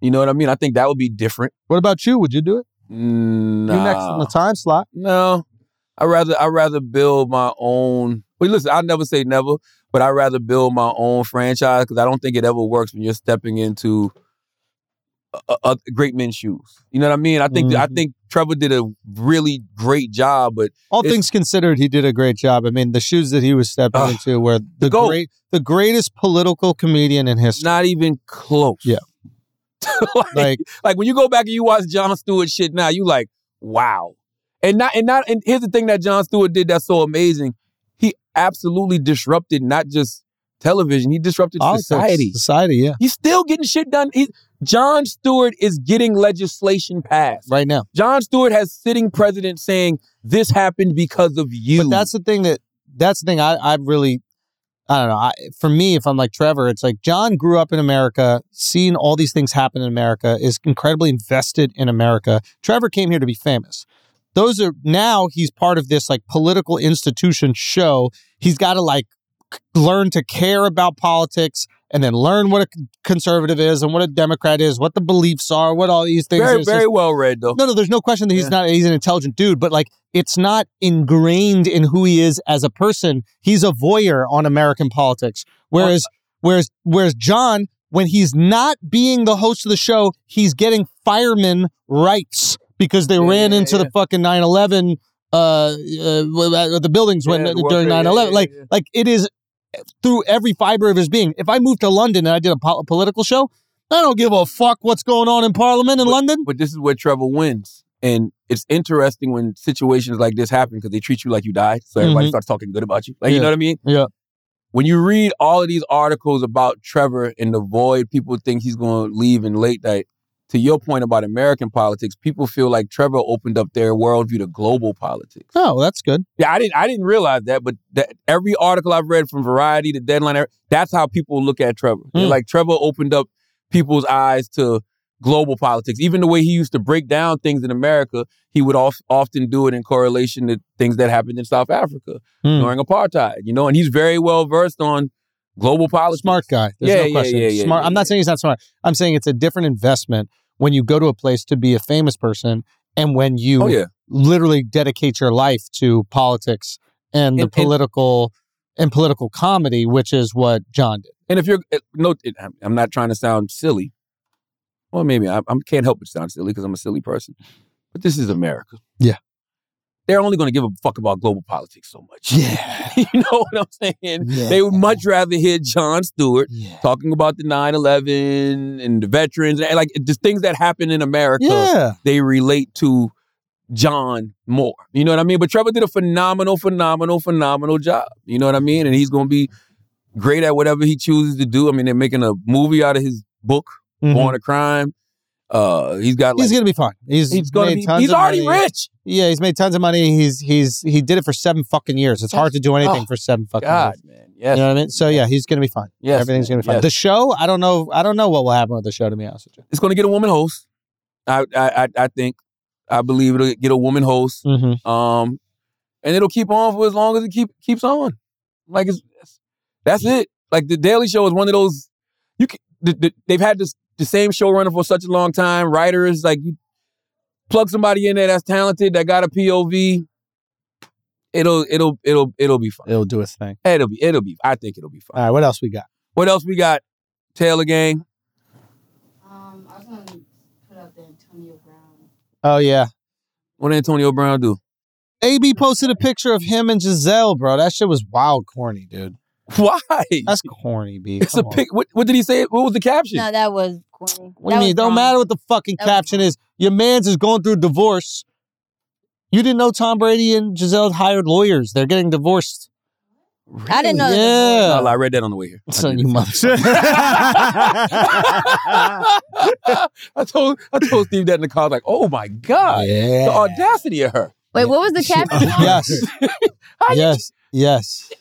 You know what I mean? I think that would be different.
What about you? Would you do it?
Nah.
You're next in the time slot.
No, I rather I rather build my own. Well, listen, I never say never, but I rather build my own franchise because I don't think it ever works when you're stepping into a, a, a great men's shoes. You know what I mean? I think I
Mhm.
think Trevor did a really great job, but
All
It's-
things considered, he did a great job. I mean, the shoes that he was stepping
Ugh.
into were the
GOAT.
great, the greatest political comedian in history.
not even close.
Yeah.
(laughs) like,
Like,
Like when you go back and you watch John Stewart shit now, you like, wow. And not and not and here's the thing that John Stewart did that's so amazing. He absolutely disrupted not just television, he disrupted
politics,
society.
society, yeah,
He's still getting shit done. He, John Stewart is getting legislation passed.
right now.
John Stewart has sitting president saying this happened because of you.
But that's the thing that that's the thing I I really I don't know. I, for me, if I'm like Trevor, it's like John grew up in America, seeing all these things happen in America, is incredibly invested in America. Trevor came here to be famous. Those are now he's part of this like political institution show. He's got to like c- learn to care about politics and then learn what a c- conservative is and what a Democrat is, what the beliefs are, what all these things.
very
is.
very well read though.
No, no, there's no question that he's
Oh. Yeah.
not he's an intelligent dude, but like it's not ingrained in who he is as a person. He's a voyeur on American politics. Whereas whereas whereas John, when he's not being the host of the show, he's getting firemen rights because they
Yeah,
ran
yeah,
into
yeah.
the fucking 9/11 uh, uh w- the buildings when uh,
Yeah, the
during
warfare, yeah,
9/11
yeah,
like
yeah.
like it is through every fiber of his being. If I moved to London and I did a pol- political show, I don't give a fuck what's going on in parliament in London.
But this is where Trevor wins. And it's interesting when situations like this happen because they treat you like you died. So everybody
Mhm.
starts talking good about you. Like, you
Yeah.
know what I mean?
Yeah.
When you read all of these articles about Trevor in the void, people think he's going to leave in late night. To your point about American politics, people feel like Trevor opened up their worldview to global politics.
Oh, that's good.
Yeah, I didn't. I didn't realize that, but that every article I've read from Variety to Deadline, every- that's how people look at Trevor. They're
Mm.
Like Trevor opened up people's eyes to global politics. Even the way he used to break down things in America, he would of, often do it in correlation to things that happened in South Africa
Mm.
during apartheid. You know, and he's very well versed on global politics.
smart guy. There's
Yeah,
no
yeah,
question.
yeah, yeah,
smart.
yeah,
I'm
yeah.
not saying he's not smart. I'm saying it's a different investment when you go to a place to be a famous person and when you
Oh yeah,
literally dedicate your life to politics and, the
And- and-
political and, political comedy, which is what John did.
and if you're eh, no, it- I'm- I'm not trying to sound silly. Well, maybe I, I can't help but sound silly because I'm a silly person. But this is America.
Yeah.
They're only going to give a fuck about global politics so much.
Yeah.
(laughs) you know what I'm saying?
Yeah.
They would much rather hear John Stewart
Yeah.
talking about the 9/11 and the veterans and like the things that happen in America.
Yeah.
They relate to John more. You know what I mean? But Trevor did a phenomenal, phenomenal, phenomenal job. You know what I mean? And he's going to be great at whatever he chooses to do. I mean, they're making a movie out of his book,
Mhm.
Born a Crime. Uh, he's got like
He's gonna be fine. He's
he's gonna
made
be
tons
he's
of
already
money.
rich.
Yeah, he's made tons of money. He's he's he did it for seven fucking years. It's hard to do anything for seven fucking
Oh, God,
years.
man. Yes.
You know what I mean? So yeah, he's gonna be fine.
Yes,
Everything's gonna be fine.
yes.
The show, I don't know. I don't know what will happen with the show. To be honest with you.
It's gonna get a woman host. I I I, I think. I believe it'll get a woman host.
Mm-hmm.
Um, and it'll keep on for as long as it keep keeps on. Like it's it's- that's it. Like the Daily Show is one of those. You can, the, the, they've had this the same showrunner for such a long time. Writers like you plug somebody in there that's talented that got a POV. It'll it'll it'll it'll be fun.
It'll do its thing.
It'll be it'll be. I think it'll be fun.
All right, what else we got?
What else we got? Taylor Gang.
Um, I was gonna put up the Antonio Brown.
Oh yeah,
What Antonio Brown do? (laughs)
AB posted a picture of him and Giselle, bro. That shit was wild corny, dude.
Why?
That's corny, b.
it's
Come
a
on.
pic. What, what did he say? What was the caption?
No, that was corny.
What do you
That was
mean? It Don't
wrong.
matter what the fucking
That was
caption
wrong.
is. Your man's is going through divorce. You didn't know Tom Brady and Giselle hired lawyers. They're getting divorced.
I didn't know. that
No, I read that on the way here.
(laughs) Son, you
(laughs)
motherfucker.
I told I told Steve that in the car. I was like, oh my god, the
yeah.
audacity of her!
Wait, what was the
(laughs)
caption?
yes.
How you,
Yes. Yes.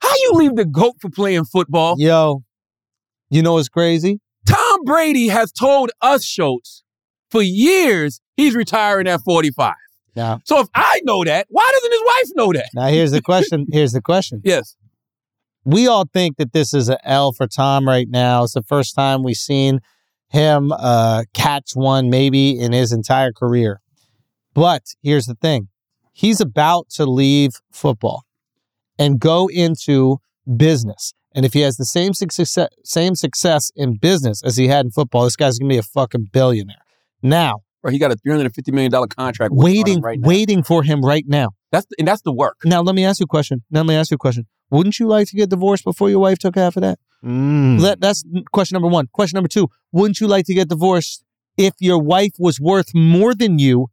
how you leave the goat for playing football?
Yo, you know what's crazy?
Tom Brady has told us Schultz for years he's retiring at forty five.
Now,
So if I know that, why doesn't his wife know that?
now here's
(laughs)
the question. Here's the question.
Yes,
we all think that this is an L for Tom right now. It's the first time we've seen him uh, catch one maybe in his entire career. But here's the thing he's about to leave football and go into business. And if he has the same success, same success in business as he had in football, this guy's gonna be a fucking billionaire. Now,
bro, he got a three hundred and fifty million dollar contract with
waiting,
Tottenham right now.
waiting for him right now.
That's the, and that's the work.
Now, let me ask you a question. Now, let me ask you a question. Wouldn't you like to get divorced before your wife took half of that?
Mm.
That, that's question number one. Question number two Wouldn't you like to get divorced if your wife was worth more than you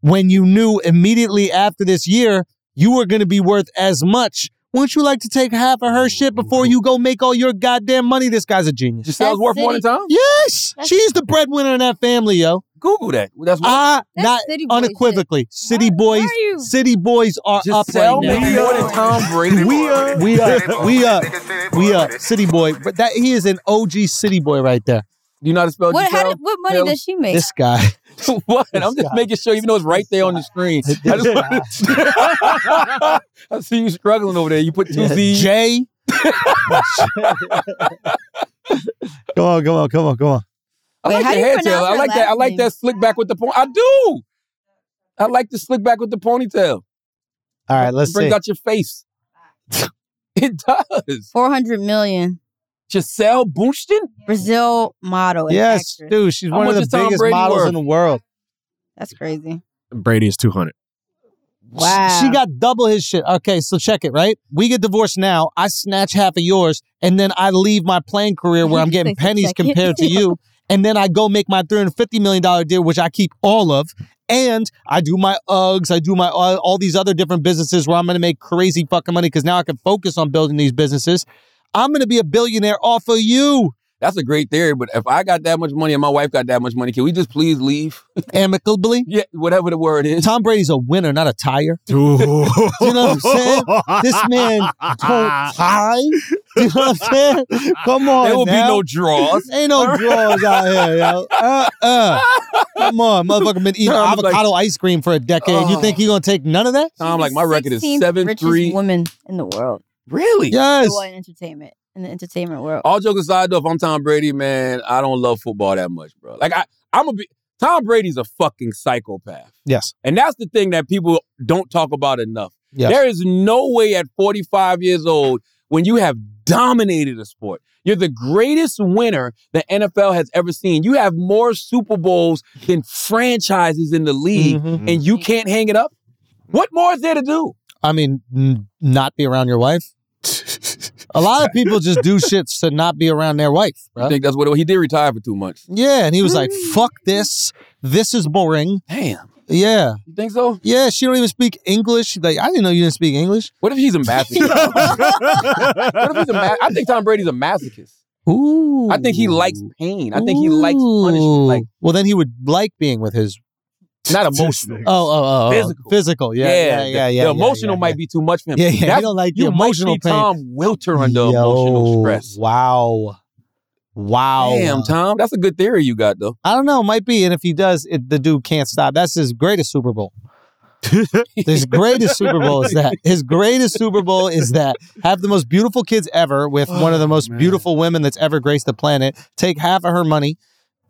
when you knew immediately after this year you were going to be worth as much? Wouldn't you like to take half of her shit before you go make all your goddamn money? This guy's a genius.
Giselle's
That's
worth more than
city-
Tom.
Yes,
That's-
she's the breadwinner in that family, yo.
Google that. That's what
Ah,
That's
not
city boy shit.
unequivocally. City
Why-
boys,
why are you-
city boys are
Just
uh, up
sell
right now.
me more than
(laughs)
Tom Brady.
We are.
(laughs)
We up, we up, we up. City boy, but that he is an OG city boy right there.
you know how to spell
What, how
Giselle?
did, what money
Hell.
does she make?
This
(laughs)
guy.
what? I'm just
guy.
making sure, even though it's right there on the screen. I, just
(laughs)
(laughs) I see you struggling over there. You put two Z's. (laughs)
Jay.
Come on, come on, come on, come on.
I
Wait,
like
how
the
do you
hair
pronounce
tail. I
her
like that. I
last
like
name?
that slick back with the ponytail. I do. I like the slick back with the ponytail.
All right, let's
it brings
see.
out your face. (laughs) it does.
400 million.
Giselle Bundchen?
Brazil model. and
Yes,
actress.
dude, she's
How
one of
much
the
is Tom
biggest
Brady
models
worth?
in the world.
That's crazy.
Brady
(laughs)
is 200.
Wow.
She got double his shit. Okay, so check it, right? We get divorced now. I snatch half of yours, and then I leave my playing career
(laughs)
where I'm getting
Thanks,
pennies
check it.
compared to
(laughs)
you. And then I go make my $350 million deal, which I keep all of. And I do my Uggs, I do my all, all these other different businesses where I'm gonna make crazy fucking money because now I can focus on building these businesses. I'm gonna be a billionaire off of you,
That's a great theory, but if I got that much money and my wife got that much money, can we just please leave?
amicably.
Yeah, whatever the word is.
Tom Brady's a winner, not a tire.
you know
You know what I'm saying? This man
(laughs)
don't (laughs) tie. You know what I'm
(laughs)
saying? Come on.
Ah. there will
now.
be no
(laughs)
draws.
Ain't no drawers out here, yo. Uh, uh. Come on, motherfucker been eating
No, I'm
avocado ice cream for a decade. you think he gonna take none of that?
Tom, like my record is
16th
seven
richest
three.
woman in the world.
Really?
Yes.
Well, in entertainment, in the entertainment world.
All jokes aside, though, if I'm Tom Brady, man, I don't love football that much, bro. Like I, I'm a be- Tom Brady's a fucking psychopath,
Yes.
and that's the thing that people don't talk about enough.
Yes.
There is no way at 45 years old when you have dominated a sport. You're the greatest winner the NFL has ever seen. You have more Super Bowls than franchises in the league,
Mhm.
and you can't hang it up. What more is there to do?
I mean, n- not be around your wife. A lot of people just do shit to not be around their wife,
I
bro.
think that's what he did. Retire for two months.
Yeah, and he was like, "Fuck this. This is boring."
Damn,
Yeah,
you think so?
yeah. She don't even speak English. Like, I didn't know you didn't speak English.
What if (laughs) he's a masochist? what if he's a ma- I think Tom Brady's a masochist.
Ooh.
I think he likes pain. I think he likes
Ooh.
punishment. Like
well, then he would like being with his.
not emotional.
Oh, oh, oh, oh.
Physical.
physical. Yeah, yeah, yeah, yeah.
the,
yeah,
the emotional
yeah,
might be too much for him.
Yeah, yeah.
That's-
I don't like the
you
emotional
might see
pain.
Tom Wilter under
Yo,
emotional stress.
Wow, wow.
Damn, Tom, that's a good theory you got though.
I don't know. Might be, and if he does, it, the dude can't stop. That's his greatest
(laughs)
Super Bowl. his greatest Super Bowl is that. His greatest Super Bowl is that. Have the most beautiful kids ever with one of
Oh,
the most beautiful women that's ever graced the planet. Take half of her money,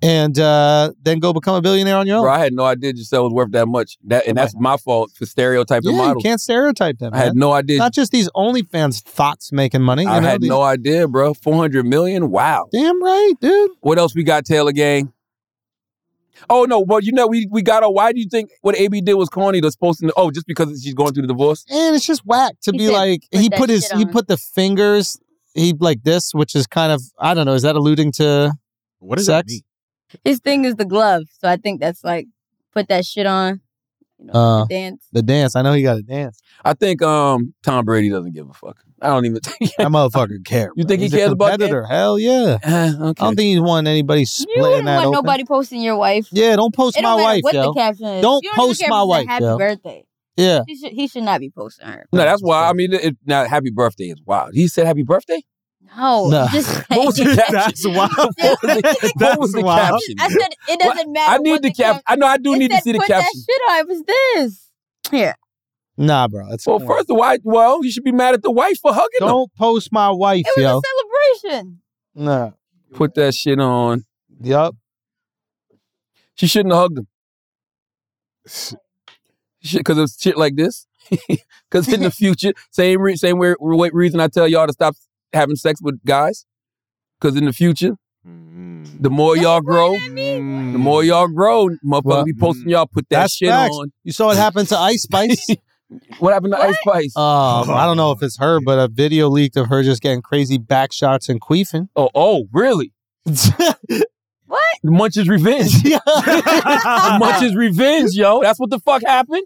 and uh, then go become a billionaire on your own.
Bro, I had no idea Giselle was worth that much. That and that's my fault for stereotyping
Yeah, you
models.
can't stereotype them.
I had
man.
no idea.
Not just these OnlyFans thoughts making money. You
I
know,
had
these-
no idea, bro. Four hundred million. Wow.
Damn right, dude.
What else we got, Taylor Gang? Oh no, well you know we we got a. Why do you think what AB did was corny? That's posting. Oh, just because she's going through the divorce.
And it's just whack to
He
be
said,
like
"Put
he
that
put his
shit
he
on."
put the fingers he like this, which is kind of I don't know. Is that alluding to
What does
Sex?
that mean?
His thing is the glove, so I think that's like put that shit on. you know,
Uh,
dance.
the dance. I know he got a dance.
I think um Tom Brady doesn't give a fuck. I don't even (laughs) think.
That motherfucker care.
You
bro.
think he
He's a
cares about that?
competitor? Hell yeah.
Uh, okay.
I don't think he's wanting anybody
You wouldn't
splitting that
want
open.
nobody posting your wife.
Yeah, don't post
it
my
don't matter
wife,
what
yo.
the caption is.
Don't
You even
post
care if
my
it's a
wife,
Happy
yo.
birthday.
Yeah.
He should, he should not be posting her.
no, that's why. I mean, it, it, now happy birthday is wild. He said happy birthday.
No,
Nah.
just
What was the
(laughs)
caption?
That's wild.
What was the, what was the
That's wild.
caption?
I said it
What?
doesn't matter.
I need
what
the cap. I know I do
it
need to
said
see the
put
caption.
That shit on. It was this. Here,
Nah, bro. That's
Well, first of all, well, you should be mad at the wife for hugging him.
don't post my wife,
it was
yo.
a celebration.
Nah.
Put that shit on.
Yup.
She shouldn't have hugged him. Shit, because of shit like this. (laughs) Because
(laughs)
in the future, same re- same way, way- reason I tell y'all to stop having sex with guys. Because in the future,
Mm.
the more Oh, y'all grow, the more y'all grow, motherfucker
Well,
be posting y'all put that
Mm. that's
shit
facts.
on.
You saw what happened to Ice
(laughs)
Spice?
What happened to Ice Spice?
um, I don't know if it's her, but a video leaked of her just getting crazy back shots and queefing. (laughs)
oh, oh, really?
What?
Munch's
(laughs)
revenge. (laughs) Munch's revenge, yo. That's what the fuck happened.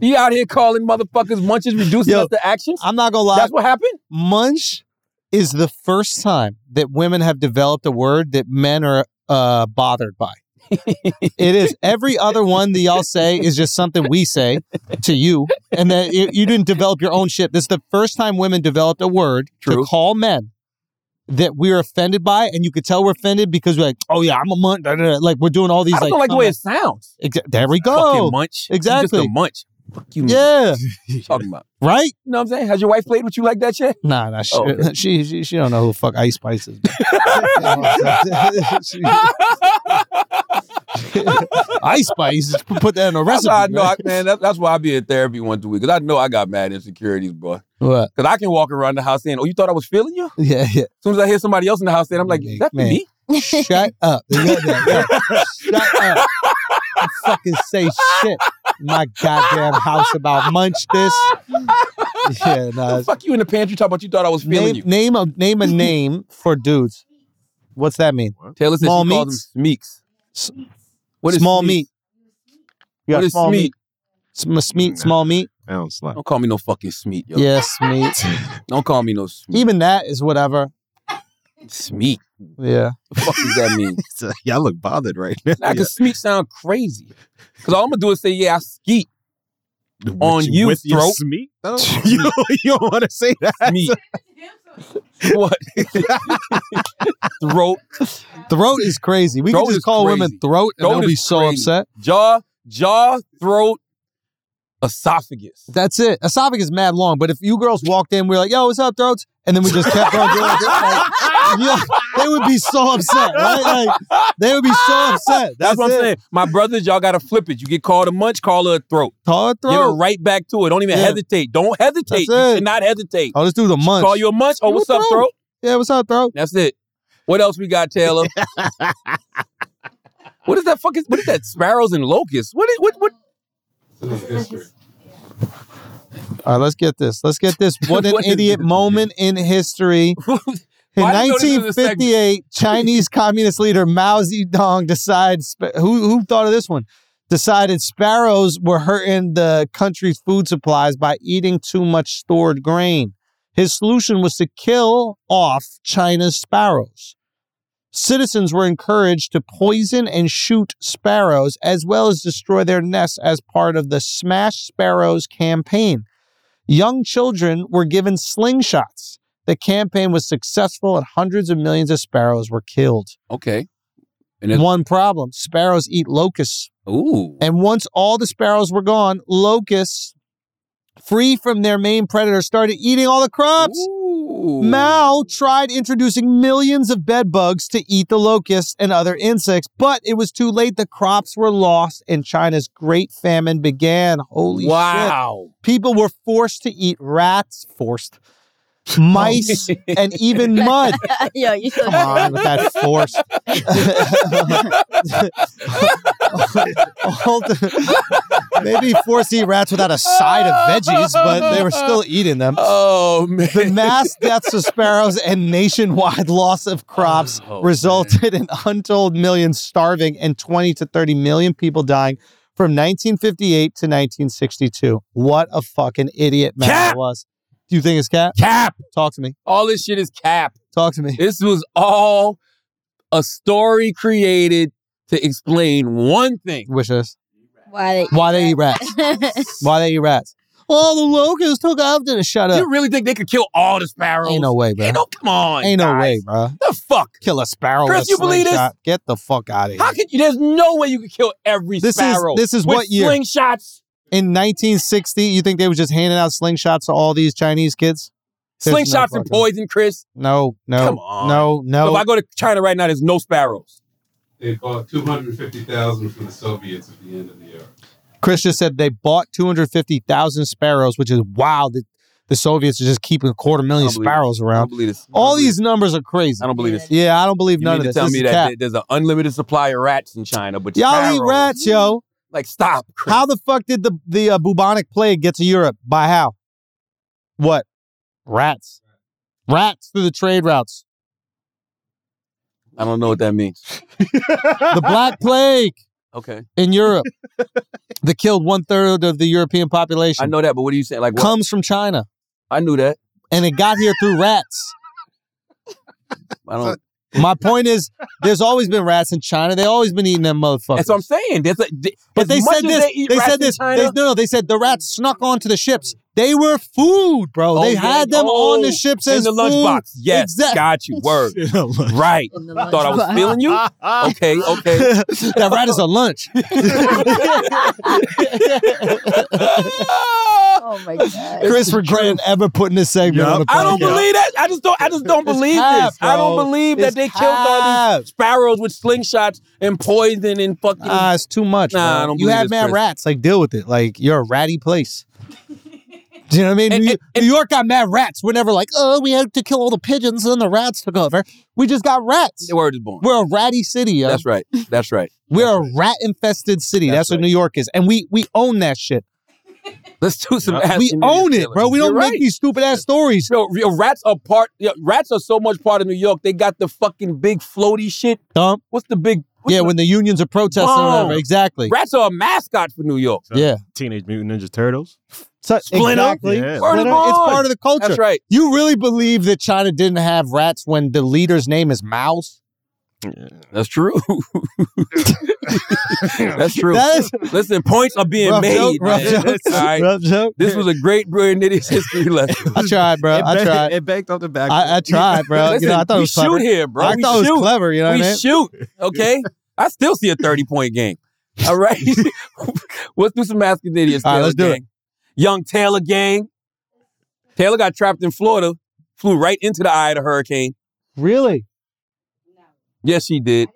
You out here calling motherfuckers Munch's reducing
Yo,
us to actions.
I'm not gonna lie.
That's what happened.
Munch is the first time that women have developed a word that men are uh, bothered by. it is every other one that y'all say is just something we say to you, and that you, you didn't develop your own shit. This is the first time women developed a word
True.
to call men that we're offended by, and you could tell we're offended because we're like, "Oh yeah, I'm a munch." da, da, da. Like we're doing all these
I
like,
don't like the way it
comments.
sounds.
Exa- there we
Fucking
go.
munch. You
Oh, exactly.
just a munch. Fuck you. man.
Yeah,
What you talking about.
right.
You know what I'm saying? Has your wife played with you like that shit?
Nah, nah. She,
Oh, okay.
(laughs) she, she she don't know who the fuck Ice Spice is. (laughs) She- Ice Spice. Just p- Put that in a
That's why I
recipe.
know, I,
man.
man. That, that's why I be in therapy once a week because I know I got mad insecurities, boy.
What?
Because I can walk around the house saying, "Oh, you thought I was feeling you?" As
Yeah, yeah.
soon as I hear somebody else in the house saying, "I'm like,
Man,
that's
man.
me."
Shut up. (laughs) Yeah, yeah, yeah. Shut up. Don't fucking say shit. in My goddamn house about munch this. Yeah, nah. it's-
Fuck you in the pantry talking about you thought I was feeling
Name
you.
name a name a name for dudes. What's that mean?
Taylor said
Small
she called them
meats?
smeeks.
S-
What is
small
smeek?
meat. You
What
got
is
small
smeek?
meat. Sm- smeat, small meat.
Sounds like.
Don't call me no fucking smeek, yo.
Yes, meat.
(laughs) Don't call me no smeek.
Even that is whatever.
Smeek.
Yeah.
The fuck does that
(laughs)
mean?
(laughs) Y'all look bothered right now.
Nah, cause smeek sound crazy. Cause all I'm gonna do is say, yeah, I skeet.
With
on you,
with
throat.
Your smeat? (laughs) you, you don't want to say that.
Smeek.
(laughs)
what? Throat,
Throat is crazy. We can
Throat
just
is
call
crazy.
women throat and
Throat
they'll be
is
so
crazy.
upset.
jaw, jaw, throat, esophagus.
That's it. Esophagus is mad long, but if you girls walked in, we are like, yo, what's up, throats? And then we just kept on doing it. Like, yeah, they would be so upset, right? Like, they would be so upset.
That's,
That's,
what I'm
it.
saying. My brothers, y'all gotta flip it. You get called a munch, call her a throat.
Call it
Give her
throat.
right back to it. Don't even
Yeah.
hesitate. Don't hesitate.
That's
you
it.
should not hesitate.
Oh, this dude's a munch.
Call you a munch. Oh,
You a
what's up,
throat.
throat?
yeah, what's up, throat?
That's it. What else we got,
(laughs)
Taylor? what is that fucking? What is that? Sparrows and locusts. What? Is, what? What?
All right, let's get this. Let's
(laughs)
get this. What an
What is
idiot
this?
moment in history. In
Why do you know this is a segment?
1958, Chinese Communist leader Mao Zedong decides who who thought of this one decided sparrows were hurting the country's food supplies by eating too much stored grain. His solution was to kill off China's sparrows. Citizens were encouraged to poison and shoot sparrows as well as destroy their nests as part of the Smash Sparrows campaign. Young children were given slingshots. The campaign was successful and hundreds of millions of sparrows were killed.
Okay. And it's,
One problem sparrows eat locusts.
ooh.
And once all the sparrows were gone, locusts, free from their main predator, started eating all the crops.
Ooh.
Mao tried introducing millions of bed bugs to eat the locusts and other insects, but it was too late. The crops were lost and China's great famine began. Holy shit.
wow.
People were forced to eat rats,
(laughs)
forced
Oh,
mice, and even mud.
(laughs) Yo, you so
Come on with that force. All the- Maybe force eat rats without a side of veggies, but they were still eating them.
Oh (laughs) man.
The mass deaths of sparrows and nationwide loss of crops
Oh,
resulted in untold millions starving and 20 to 30 million people dying from 1958 to 1962. What a fucking idiot
Cap!
Matt was. Do you think it's cap?
Cap.
Talk to me.
All this shit is cap.
Talk to me.
This was all a story created to explain one thing.
Wish us.
Why they?
Why they eat rats? (laughs)
(laughs)
Why they eat rats? Well, the locusts took after the shut up.
You really think they could kill all the sparrows?
Ain't no way, bro.
Ain't no, come on.
Ain't no
guys.
way, bro.
The fuck?
Kill a sparrow.
Chris,
with a
you believe this?
slingshot. Get the fuck out of here.
How could you? There's no way you could kill every
This is-
sparrow.
this is
with
what year?
Slingshots.
In 1960, you think they were just handing out slingshots to all these Chinese kids? There's no
slingshots and
fucking-
poison, Chris.
No, no,
Come on.
no, no.
If I go to China right now, there's no sparrows.
They bought 250,000 from the Soviets at the end of the era.
Chris just said they bought 250,000 sparrows, which is wild. that the Soviets are just keeping a quarter million
Unbelievable.
sparrows
I don't
around.
believe this.
All these numbers are crazy.
I don't believe this.
yeah, I don't believe
You
none
mean
of
to
this.
tell
This
me
is
that
cap.
there- there's an unlimited supply of rats in China, but
Y'all eat
sparrows-
rats, yo.
Like, stop, Chris.
How the fuck did the the uh, bubonic plague get to Europe? By how? What? Rats. Rats through the trade routes.
I don't know what that means. (laughs)
The Black Plague
Okay, (laughs)
in Europe that killed one third of the European
I
population
know that, but what are you saying? Like, what?
comes from China
I knew that.
and it got here through rats.
I don't.
My point is, there's always been rats in China. They always been eating them motherfuckers.
That's what I'm saying. There's a, th-
but
as
they
much
said
as
this.
eat
They,
rats
said
in
this.
China,
They, no, no. They said the rats snuck onto the ships. They were food, bro.
Oh,
they
yeah.
had them on
Oh,
the ships
in
as
the lunchbox. (laughs)
food.
Yes,
Exact-
got
(laughs)
you. Word. right.
In the
Thought I was
(laughs)
lunchbox.
feeling you.
Oh,
Okay.
(laughs)
Okay.
that rat is a lunch.
Oh
(laughs)
my god.
Chris regretting ever putting this segment
Yup.
on the podcast.
I don't believe that. I just don't. I just don't
It's
believe
cap,
this. I don't
bro.
believe that
It's
they killed all
cap.
these sparrows with slingshots and poison and fucking.
Ah, it's too much.
Nah,
bro.
I don't
you
believe
have
this,
mad
Chris.
rats. Like, deal with it. Like, you're a ratty place. Do you know what I mean?
And-
New,
and-
New York got mad rats. We're never like, oh, we had to kill all the pigeons and the rats took over. We just got rats.
the word is born.
We're a ratty city. Yo.
That's right. That's right.
We're a rat infested city.
That's
That's, what
right.
New York is. And we we own that shit.
Let's do some. ass
We
community
own it,
challenge.
bro. We don't
You're
make
right.
these stupid ass stories.
Yo, yo, rats are part. Yo, rats are so much part of New York. They got the fucking big floaty shit.
Dump.
What's the big? what's
Yeah,
the-
when the unions are protesting or
Wrong.
whatever. Exactly.
rats are a mascot for New York.
Yeah.
(laughs) Teenage Mutant Ninja Turtles.
So,
Splinter?
Exactly.
Yeah.
Word
Splinter,
is
It's
born.
part of the culture.
That's right.
You really believe that China didn't have rats when the leader's name is Mouse?
That's
(laughs)
true. (laughs) That's true.
That is
Listen, points are being
rough
made.
joke, rough
man.
joke,
(laughs) All right.
rough joke.
This was a great Brilliant (laughs) Idiots history lesson.
I tried, bro.
it,
I
ba-
(laughs)
tried.
(laughs) it baked off the back.
I, I tried, bro.
Listen,
you know, I thought
we
it was
shoot
clever.
here, bro.
I
we
thought
shoot.
it was clever. You know what I
we
mean?
shoot. Okay. I still see a 30 point game. All right. (laughs) let's do some Asking Idiots.
All right,
Taylor
let's do it.
gang. Young Taylor gang. Taylor got trapped in Florida, flew right into the eye of the hurricane.
Really?
Yes, she did.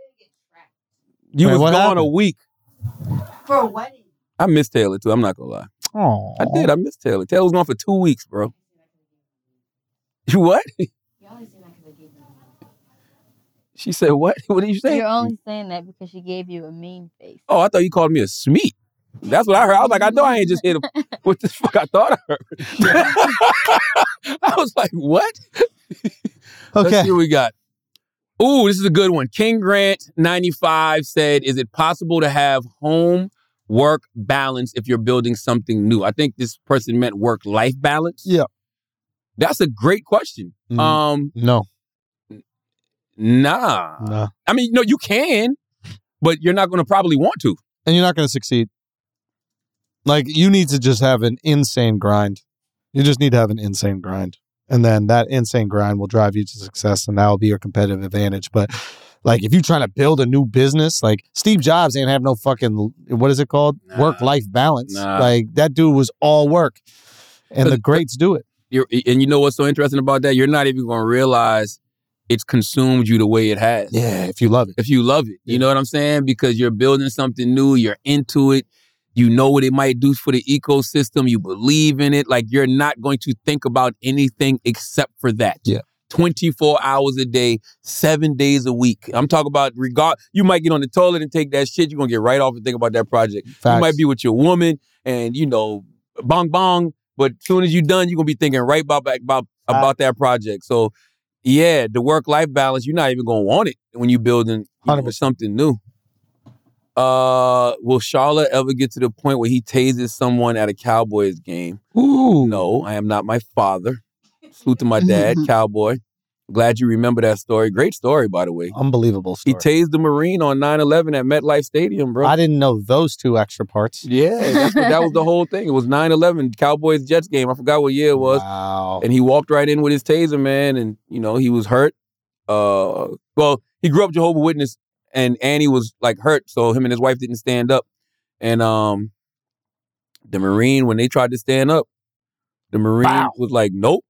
You
Wait,
was
what
gone a
happened?
week.
For a wedding.
I miss Taylor too. I'm not gonna lie.
Oh,
I did. I miss Taylor. Taylor was gone for two weeks, bro. (laughs) You what? She said what? (laughs) What did you say?
You're only saying that because she gave you a mean face.
Oh, I thought you called me a smeat. That's what I heard. I was like, I know I ain't just hit him. What the fuck I thought I heard. (laughs) I was like, what? Let's
Okay.
see what we got. Ooh, this is a good one. King Grant 95 said, Is it possible to have home work balance if you're building something new? I think this person meant work life balance.
Yeah.
That's a great question.
Mhm.
Um,
No,
nah.
no.
I mean, no, you can, but you're not gonna probably want to.
And you're not going to succeed. Like you need to just have an insane grind. You just need to have an insane grind, and then that insane grind will drive you to success, and that will be your competitive advantage. But like, if you're trying to build a new business, like Steve Jobs ain't have no fucking what is it called
Nah.
work life balance.
Nah.
Like that dude was all work, and
But-
the greats do it.
You're, and you know what's so interesting about that? You're not even gonna realize it's consumed you the way it has.
Yeah, if you love it.
if you love it. You know what I'm saying? Because you're building something new, you're into it, you know what it might do for the ecosystem, you believe in it. Like you're not going to think about anything except for that.
Yeah.
24 hours a day, seven days a week. I'm talking about regard. You might get on the toilet and take that shit. You're gonna get right off and think about that project. You
Facts.
might be with your woman and you know, bong bong. But soon as you're done, you're gonna be thinking right about about about that project. So yeah, the work life balance, you're not even gonna want it when you're building you know,
100%.
something new. Uh, will Charlotte ever get to the point where he tases someone at a Cowboys game? Ooh. No, I am not my father. Salute to my
(laughs)
dad, Cowboy. Glad you remember that story. Great story, by the way.
Unbelievable
He
story.
tased the Marine on 9-11 at MetLife Stadium, bro.
I didn't know those two extra parts.
Yeah, that's what- that was the whole thing. It was 9-11, Cowboys Jets game. I forgot what year it was.
Wow.
And he walked right in with his taser, man, and you know, he was hurt. Uh well, he grew up Jehovah Witness and Annie was like hurt, so him and his wife didn't stand up. And um the Marine, when they tried to stand up, the Marine was like, Nope,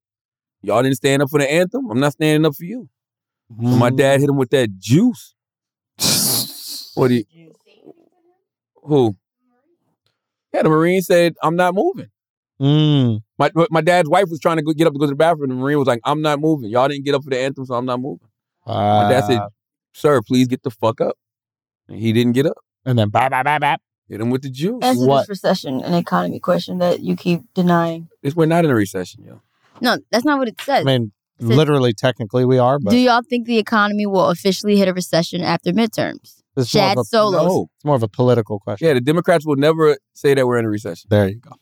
y'all didn't stand up for the anthem. I'm not standing up for you. And my dad hit him with that juice. what do you who? Yeah, the Marine said, I'm not moving.
Mm.
My my dad's wife was trying to go, get up to go to the bathroom. The Marine was like, I'm not moving. Y'all didn't get up for the anthem, so I'm not moving. my dad said,
Wow.
Sir, please get the fuck up. And he didn't get up.
And then bye bye bye bye.
Hit him with the juice.
Answer this recession and economy question that you keep denying.
This- we're not in a recession, yo.
No, that's not what it says.
I mean,
Said-
literally, technically, we are, but
Do y'all think the economy will officially hit a recession after midterms?
it's more,
Chad
of a,
Solos.
No.
it's more of a political question.
Yeah, the Democrats will never say that we're in a recession.
There you go.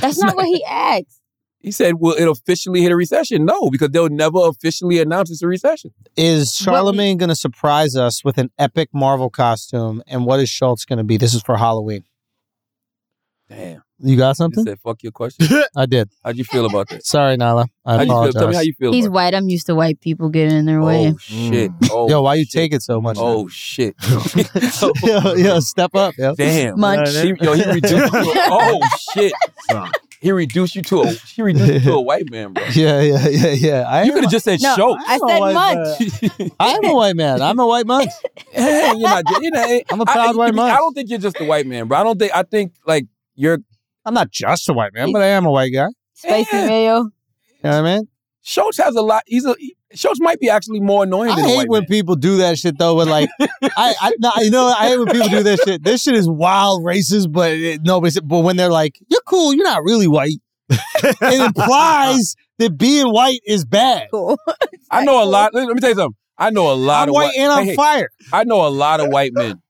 That's not
(laughs)
what he asked.
He said, Will it officially hit a recession? No, because they'll never officially announce it's a recession.
Is Charlemagne going to surprise us with an epic Marvel costume? And what is Schultz going to be? This is for Halloween.
Damn.
You got
I just
something?
said, fuck your question.
I did.
How'd you feel about that?
Sorry, Nala. I
How'd you feel?
apologize.
Tell me how you feel
He's
about
white. I'm used to white people getting in their way.
it. Oh, shit. Oh,
Mm. Yo, why you take it so much?
oh, shit. (laughs)
(laughs) yo, yo, step up. Yo.
Damn.
Munch.
She, yo, he
(laughs)
reduced you
(laughs)
to, oh shit. He reduced you to a he reduced you to a white man,
(laughs)
bro.
Yeah, yeah, yeah, yeah. I
You
am,
could have just said
No,
show.
I said munch.
I am a white man. I'm a white man.
(laughs) Hey, you're not, you're not,
I'm a proud
I,
white
I
man.
don't think you're just a white man, bro. I don't think I think like you're
I'm not just a white man, but I am a white guy.
Spicy
(laughs) Yeah.
mayo.
You know what I mean?
Schultz has a lot. He's a he- Schultz might be actually more annoying
I
than a
hate
white
when
man.
people do that shit though. With like, I, I no, you know, I hate when people do that shit. This shit is wild racist, but it, no, but, but when they're like, "You're cool, you're not really white," it implies that being white is bad.
(laughs)
Cool.
I know a lot. Let me tell you something. I know a lot
I'm
of
white
white.
and I'm
Hey, hey,
fire.
I know a lot of white men.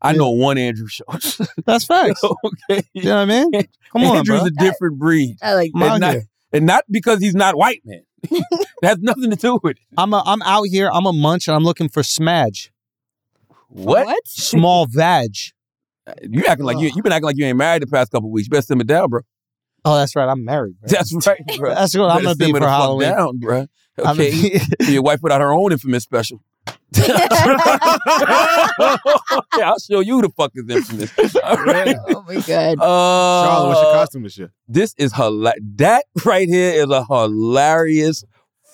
I know one Andrew Schultz. (laughs)
(laughs) That's facts.
okay,
You know what I mean? Come on,
Andrew's
bro.
a different breed.
I like
I'm, out
and, not,
here.
and not because he's not white, man. (laughs)
(laughs)
that has nothing to do with it.
I'm a, I'm out here. I'm a munch, and I'm looking for smudge,
What? (laughs)
small vag.
You acting like you you been acting like you ain't married the past couple weeks. You better simmer down, bro. (laughs)
Oh, that's right. I'm married. Bro. (laughs)
That's right, bro.
That's what I'm
Better
gonna be
simmer
for
the fuck
Halloween.
down,
(laughs)
bro.
I'm-
Okay, your wife put out her own infamous special. (laughs) yeah, I'll show you the fucking infamous. (laughs) All right.
Oh my god.
Charlotte, what's your
Uh,
costume (laughs) this year?
this is hilarious. That right here is a hilarious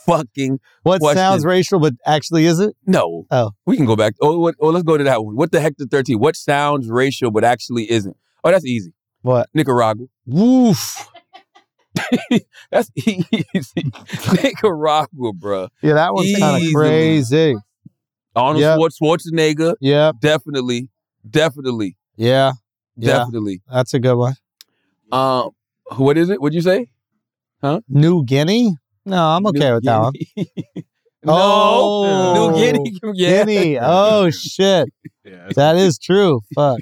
fucking
(laughs) what
Question.
sounds racial, but actually isn't?
no.
Oh.
we can go back. Oh, what, oh, let's go to that one. What the heck? The thirteen. What sounds racial but actually isn't? Oh, that's easy.
What?
Nicaragua.
Woof.
(laughs) That's easy. (laughs) Nicaragua, bruh.
Yeah, that one's kind of
Easily.
crazy.
Arnold
Yep.
Schwar- Schwarzenegger,
Yep.
definitely, definitely,
Yeah. Yeah.
definitely.
That's a good one.
Um, what is it? What'd you say?
New Guinea? No, I'm okay
New
with that one.
Guinea. (laughs) no,
Oh.
New Guinea. (laughs) Yeah.
Guinea. Oh shit.
Yeah,
That is true. Fuck.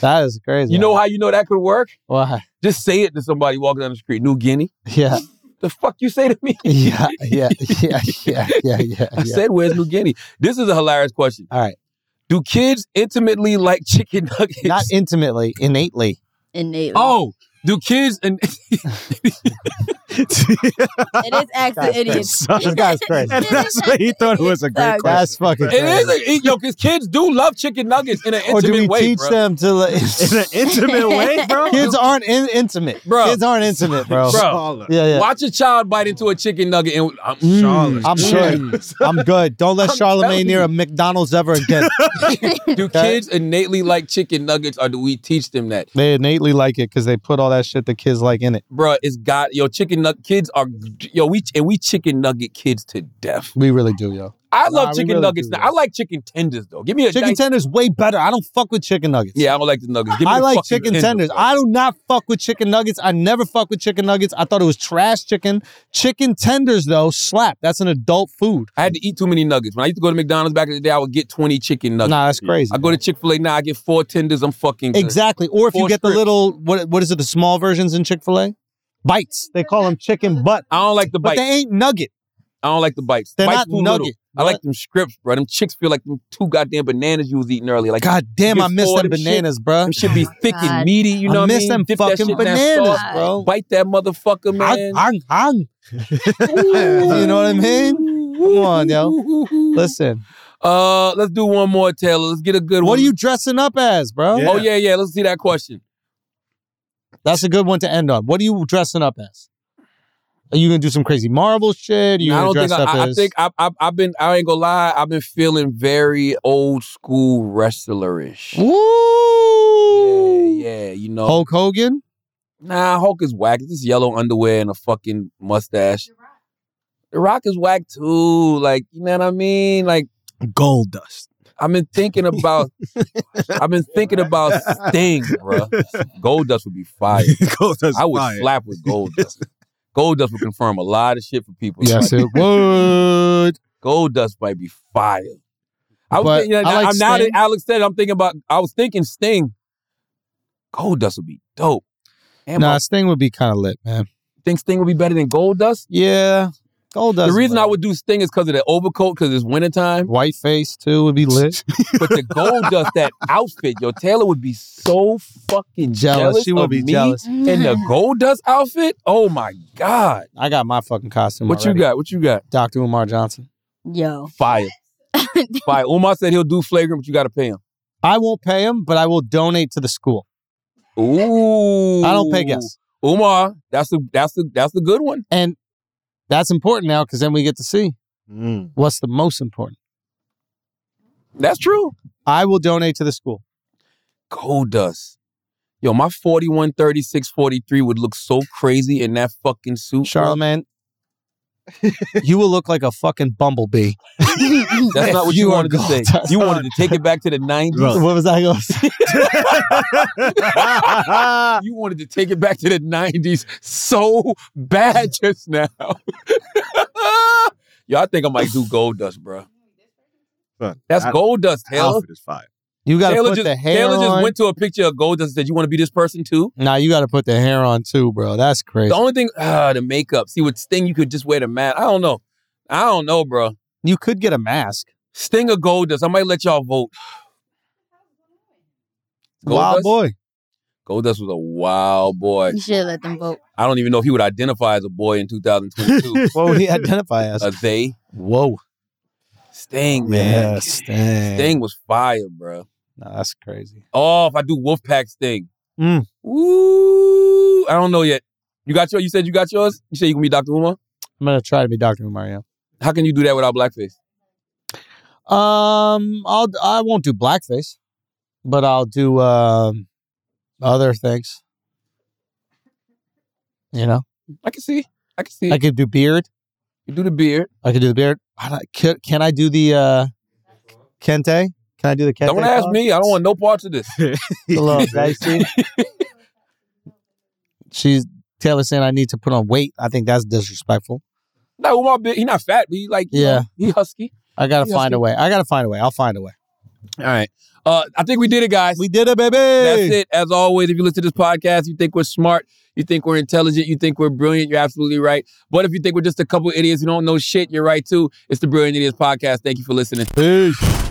That is crazy.
You know how you know that could work?
(laughs) why?
Just say it to somebody walking down the street. New Guinea.
Yeah.
The fuck you say to me? (laughs)
Yeah. Yeah. Yeah. Yeah. Yeah. Yeah.
I
yeah.
said, "Where's New Guinea?" This is a hilarious question.
All right.
Do kids intimately like chicken (laughs) nuggets?
Not intimately, innately.
Innately.
oh, do kids and
(laughs)
(laughs)
It
(laughs)
is accent idiot.
This guy's
(laughs)
crazy.
And that's what he thought it was a great
Sorry.
question.
That's fucking
It
crazy.
is a, it- yo, because kids do love chicken nuggets in an
or do
intimate
we
way,
teach
bro.
them to like,
In
(laughs)
an intimate way, (laughs)
(laughs)
bro.
kids aren't in- intimate
Bro.
kids aren't intimate bro,
Bro.
Charlotte.
yeah yeah
Watch a child bite into a chicken nugget and um, mm, I'm,
(laughs)
Charlotte.
I'm good. (laughs) i'm good don't let
I'm
charlemagne
telling
near
you.
a mcdonald's ever again
do kids innately like chicken nuggets or do we teach them that?
(laughs) they innately like it because they put all that shit the kids like in it
Bro, it's got yo chicken nugget kids are yo we and we chicken nugget kids to death.
we really do yo
I
Nah,
love
we
chicken
really
nuggets
do
now. I like chicken tenders though. Give me a
Chicken
nice-
tenders way better. I don't fuck with chicken nuggets.
Yeah, I don't like the nuggets. Give me
I
the
like
fucking
chicken
tender,
tenders.
bro.
I do not fuck with chicken nuggets. I never fuck with chicken nuggets. I thought it was trash chicken. Chicken tenders though, slap. That's an adult food.
I had to eat too many nuggets. When I used to go to McDonald's back in the day, I would get 20 chicken nuggets.
Nah, that's crazy.
I go to Chick fil A now, I get four tenders. I'm fucking. good.
Exactly. Or if you
Four
get the
strips.
little what what is it? The small versions in Chick Fil A, bites. They call them chicken butt.
I don't like the
But
bites.
they ain't nugget.
I don't like the bites.
They're
bites
not
too little.
nugget,
I like them strips, bro. Them chicks feel like them two goddamn bananas you was eating earlier. Like
God damn,
you
I
get
miss
four of
them
them shit.
bananas, bruh.
Them should be thick and meaty. You
I
know what I
miss
mean?
them
Dip that
fucking
shit in that
bananas,
sauce,
bro.
Bite that motherfucker, man.
Ang, ang. (laughs) you know what I mean? Come on, yo. Listen.
uh, let's do one more, Taylor. Let's get a good one.
What are you dressing up as, bro?
Oh yeah, yeah. Let's see that question.
That's a good one to end on. What are you dressing up as? Are you gonna do some crazy Marvel shit? Are you
I
gonna
don't
dress
think I,
up
I, I
as
think I, I, I've been. I ain't gonna lie. I've been feeling very old school wrestlerish. Oh.
Woo!
Yeah, you know.
Hulk Hogan?
Nah, Hulk is whack. It's just yellow underwear and a fucking mustache. The Rock is whack too. Like, you know what I mean? Like,
Gold dust.
I've been thinking
(laughs)
about, I've been thinking about Sting, bruh. Gold Dust would be
(laughs)
fire.
Gold Dust
I would
fire.
slap with Gold Dust. Gold Dust would confirm a lot of shit for people.
Yes,
Like,
it would.
Gold Dust might be fire. I was
But
thinking,
I like
I'm now that
Sting.
Alex said, it, I'm thinking about, I was thinking Sting. Gold Dust would be dope. And
Nah,
I
Sting would be kind of lit, man.
think Sting would be better than Gold Dust.
Yeah, gold dust.
The reason I would do Sting is because of the overcoat, because it's wintertime.
white face too would be lit.
But the gold dust, that outfit, yo, Taylor would be so fucking (laughs)
Jealous.
jealous.
She would
of
be
me
jealous.
In the gold dust outfit? Oh my God.
I got my fucking costume.
What you
already.
got? What you got?
Doctor Umar Johnson?
Yo.
(laughs)
Fire. Fire. Umar said he'll do flagrant, but you gotta pay him.
I won't pay him, but I will donate to the school.
Ooh.
I don't pay guests,
Umar, that's the that's the that's the good one.
and that's important now because then we get to see
Mm.
what's the most important.
That's true.
I will donate to the school.
Gold dust. Yo, my 41, 36, 43 would look so crazy in that fucking suit. bro. (laughs)
Charlemagne, you will look like a fucking bumblebee.
That's not what you,
You are
wanted to
gold
say.
dust.
You wanted to take it back to the 90s.
(laughs) What was I going to say?
Mm. (laughs)
You wanted to take it back to the 90s so
(laughs)
bad just now. (laughs) Yo, I think I might do gold dust, bro. That's gold dust, Taylor.
Outfit is fire.
You got to
Taylor
put
just,
the hair
Taylor just
on.
went to a picture of gold dust and said, You want to be this person too?
nah, you got to put the hair on too, bro. That's crazy.
The only thing, ah, the makeup. See, with Sting, you could just wear the mask. I don't know. I don't know, bro.
you could get a mask.
Sting or gold dust? I might let y'all vote. Gold
Wild
dust? (laughs)
boy.
Gold dust was a wild boy.
You should let them vote.
I don't even know if he would identify as a boy in
(laughs)
2022.
What would he
(laughs)
identify as?
a they.
Whoa.
Uh, Sting, man.
Yes, dang.
Sting was fire, bro.
Nah, that's crazy.
Oh, if I do Wolfpack Sting.
Mm.
Ooh, I don't know yet. You got your? You said you got yours. You said you can be Dr. Uma.
I'm gonna try to be Doctor Mario.
How can you do that without blackface?
Um, I'll I won't do blackface, but I'll do um other things. You know,
I can see. I can see.
I could do beard.
you do the beard.
I could do the beard. I don't, can, can I do the uh kente? Can I do the kente?
don't ask
pose?
me. I don't want no parts of
(laughs)
this.
The
(laughs)
little dicey. She's Taylor saying I need to put on weight. I think that's disrespectful.
no, Umar, big- he not fat, but he like you
Yeah.
know, he husky.
I gotta
Yeah,
find a way. I gotta find a way. I'll find a way.
All right. Uh, I think we did it, guys.
We did it, baby.
That's it. As always, if you listen to this podcast, you think we're smart, you think we're intelligent, you think we're brilliant, you're absolutely right. But if you think we're just a couple idiots who don't know shit, you're right too. It's the Brilliant Idiots Podcast. Thank you for listening.
Peace.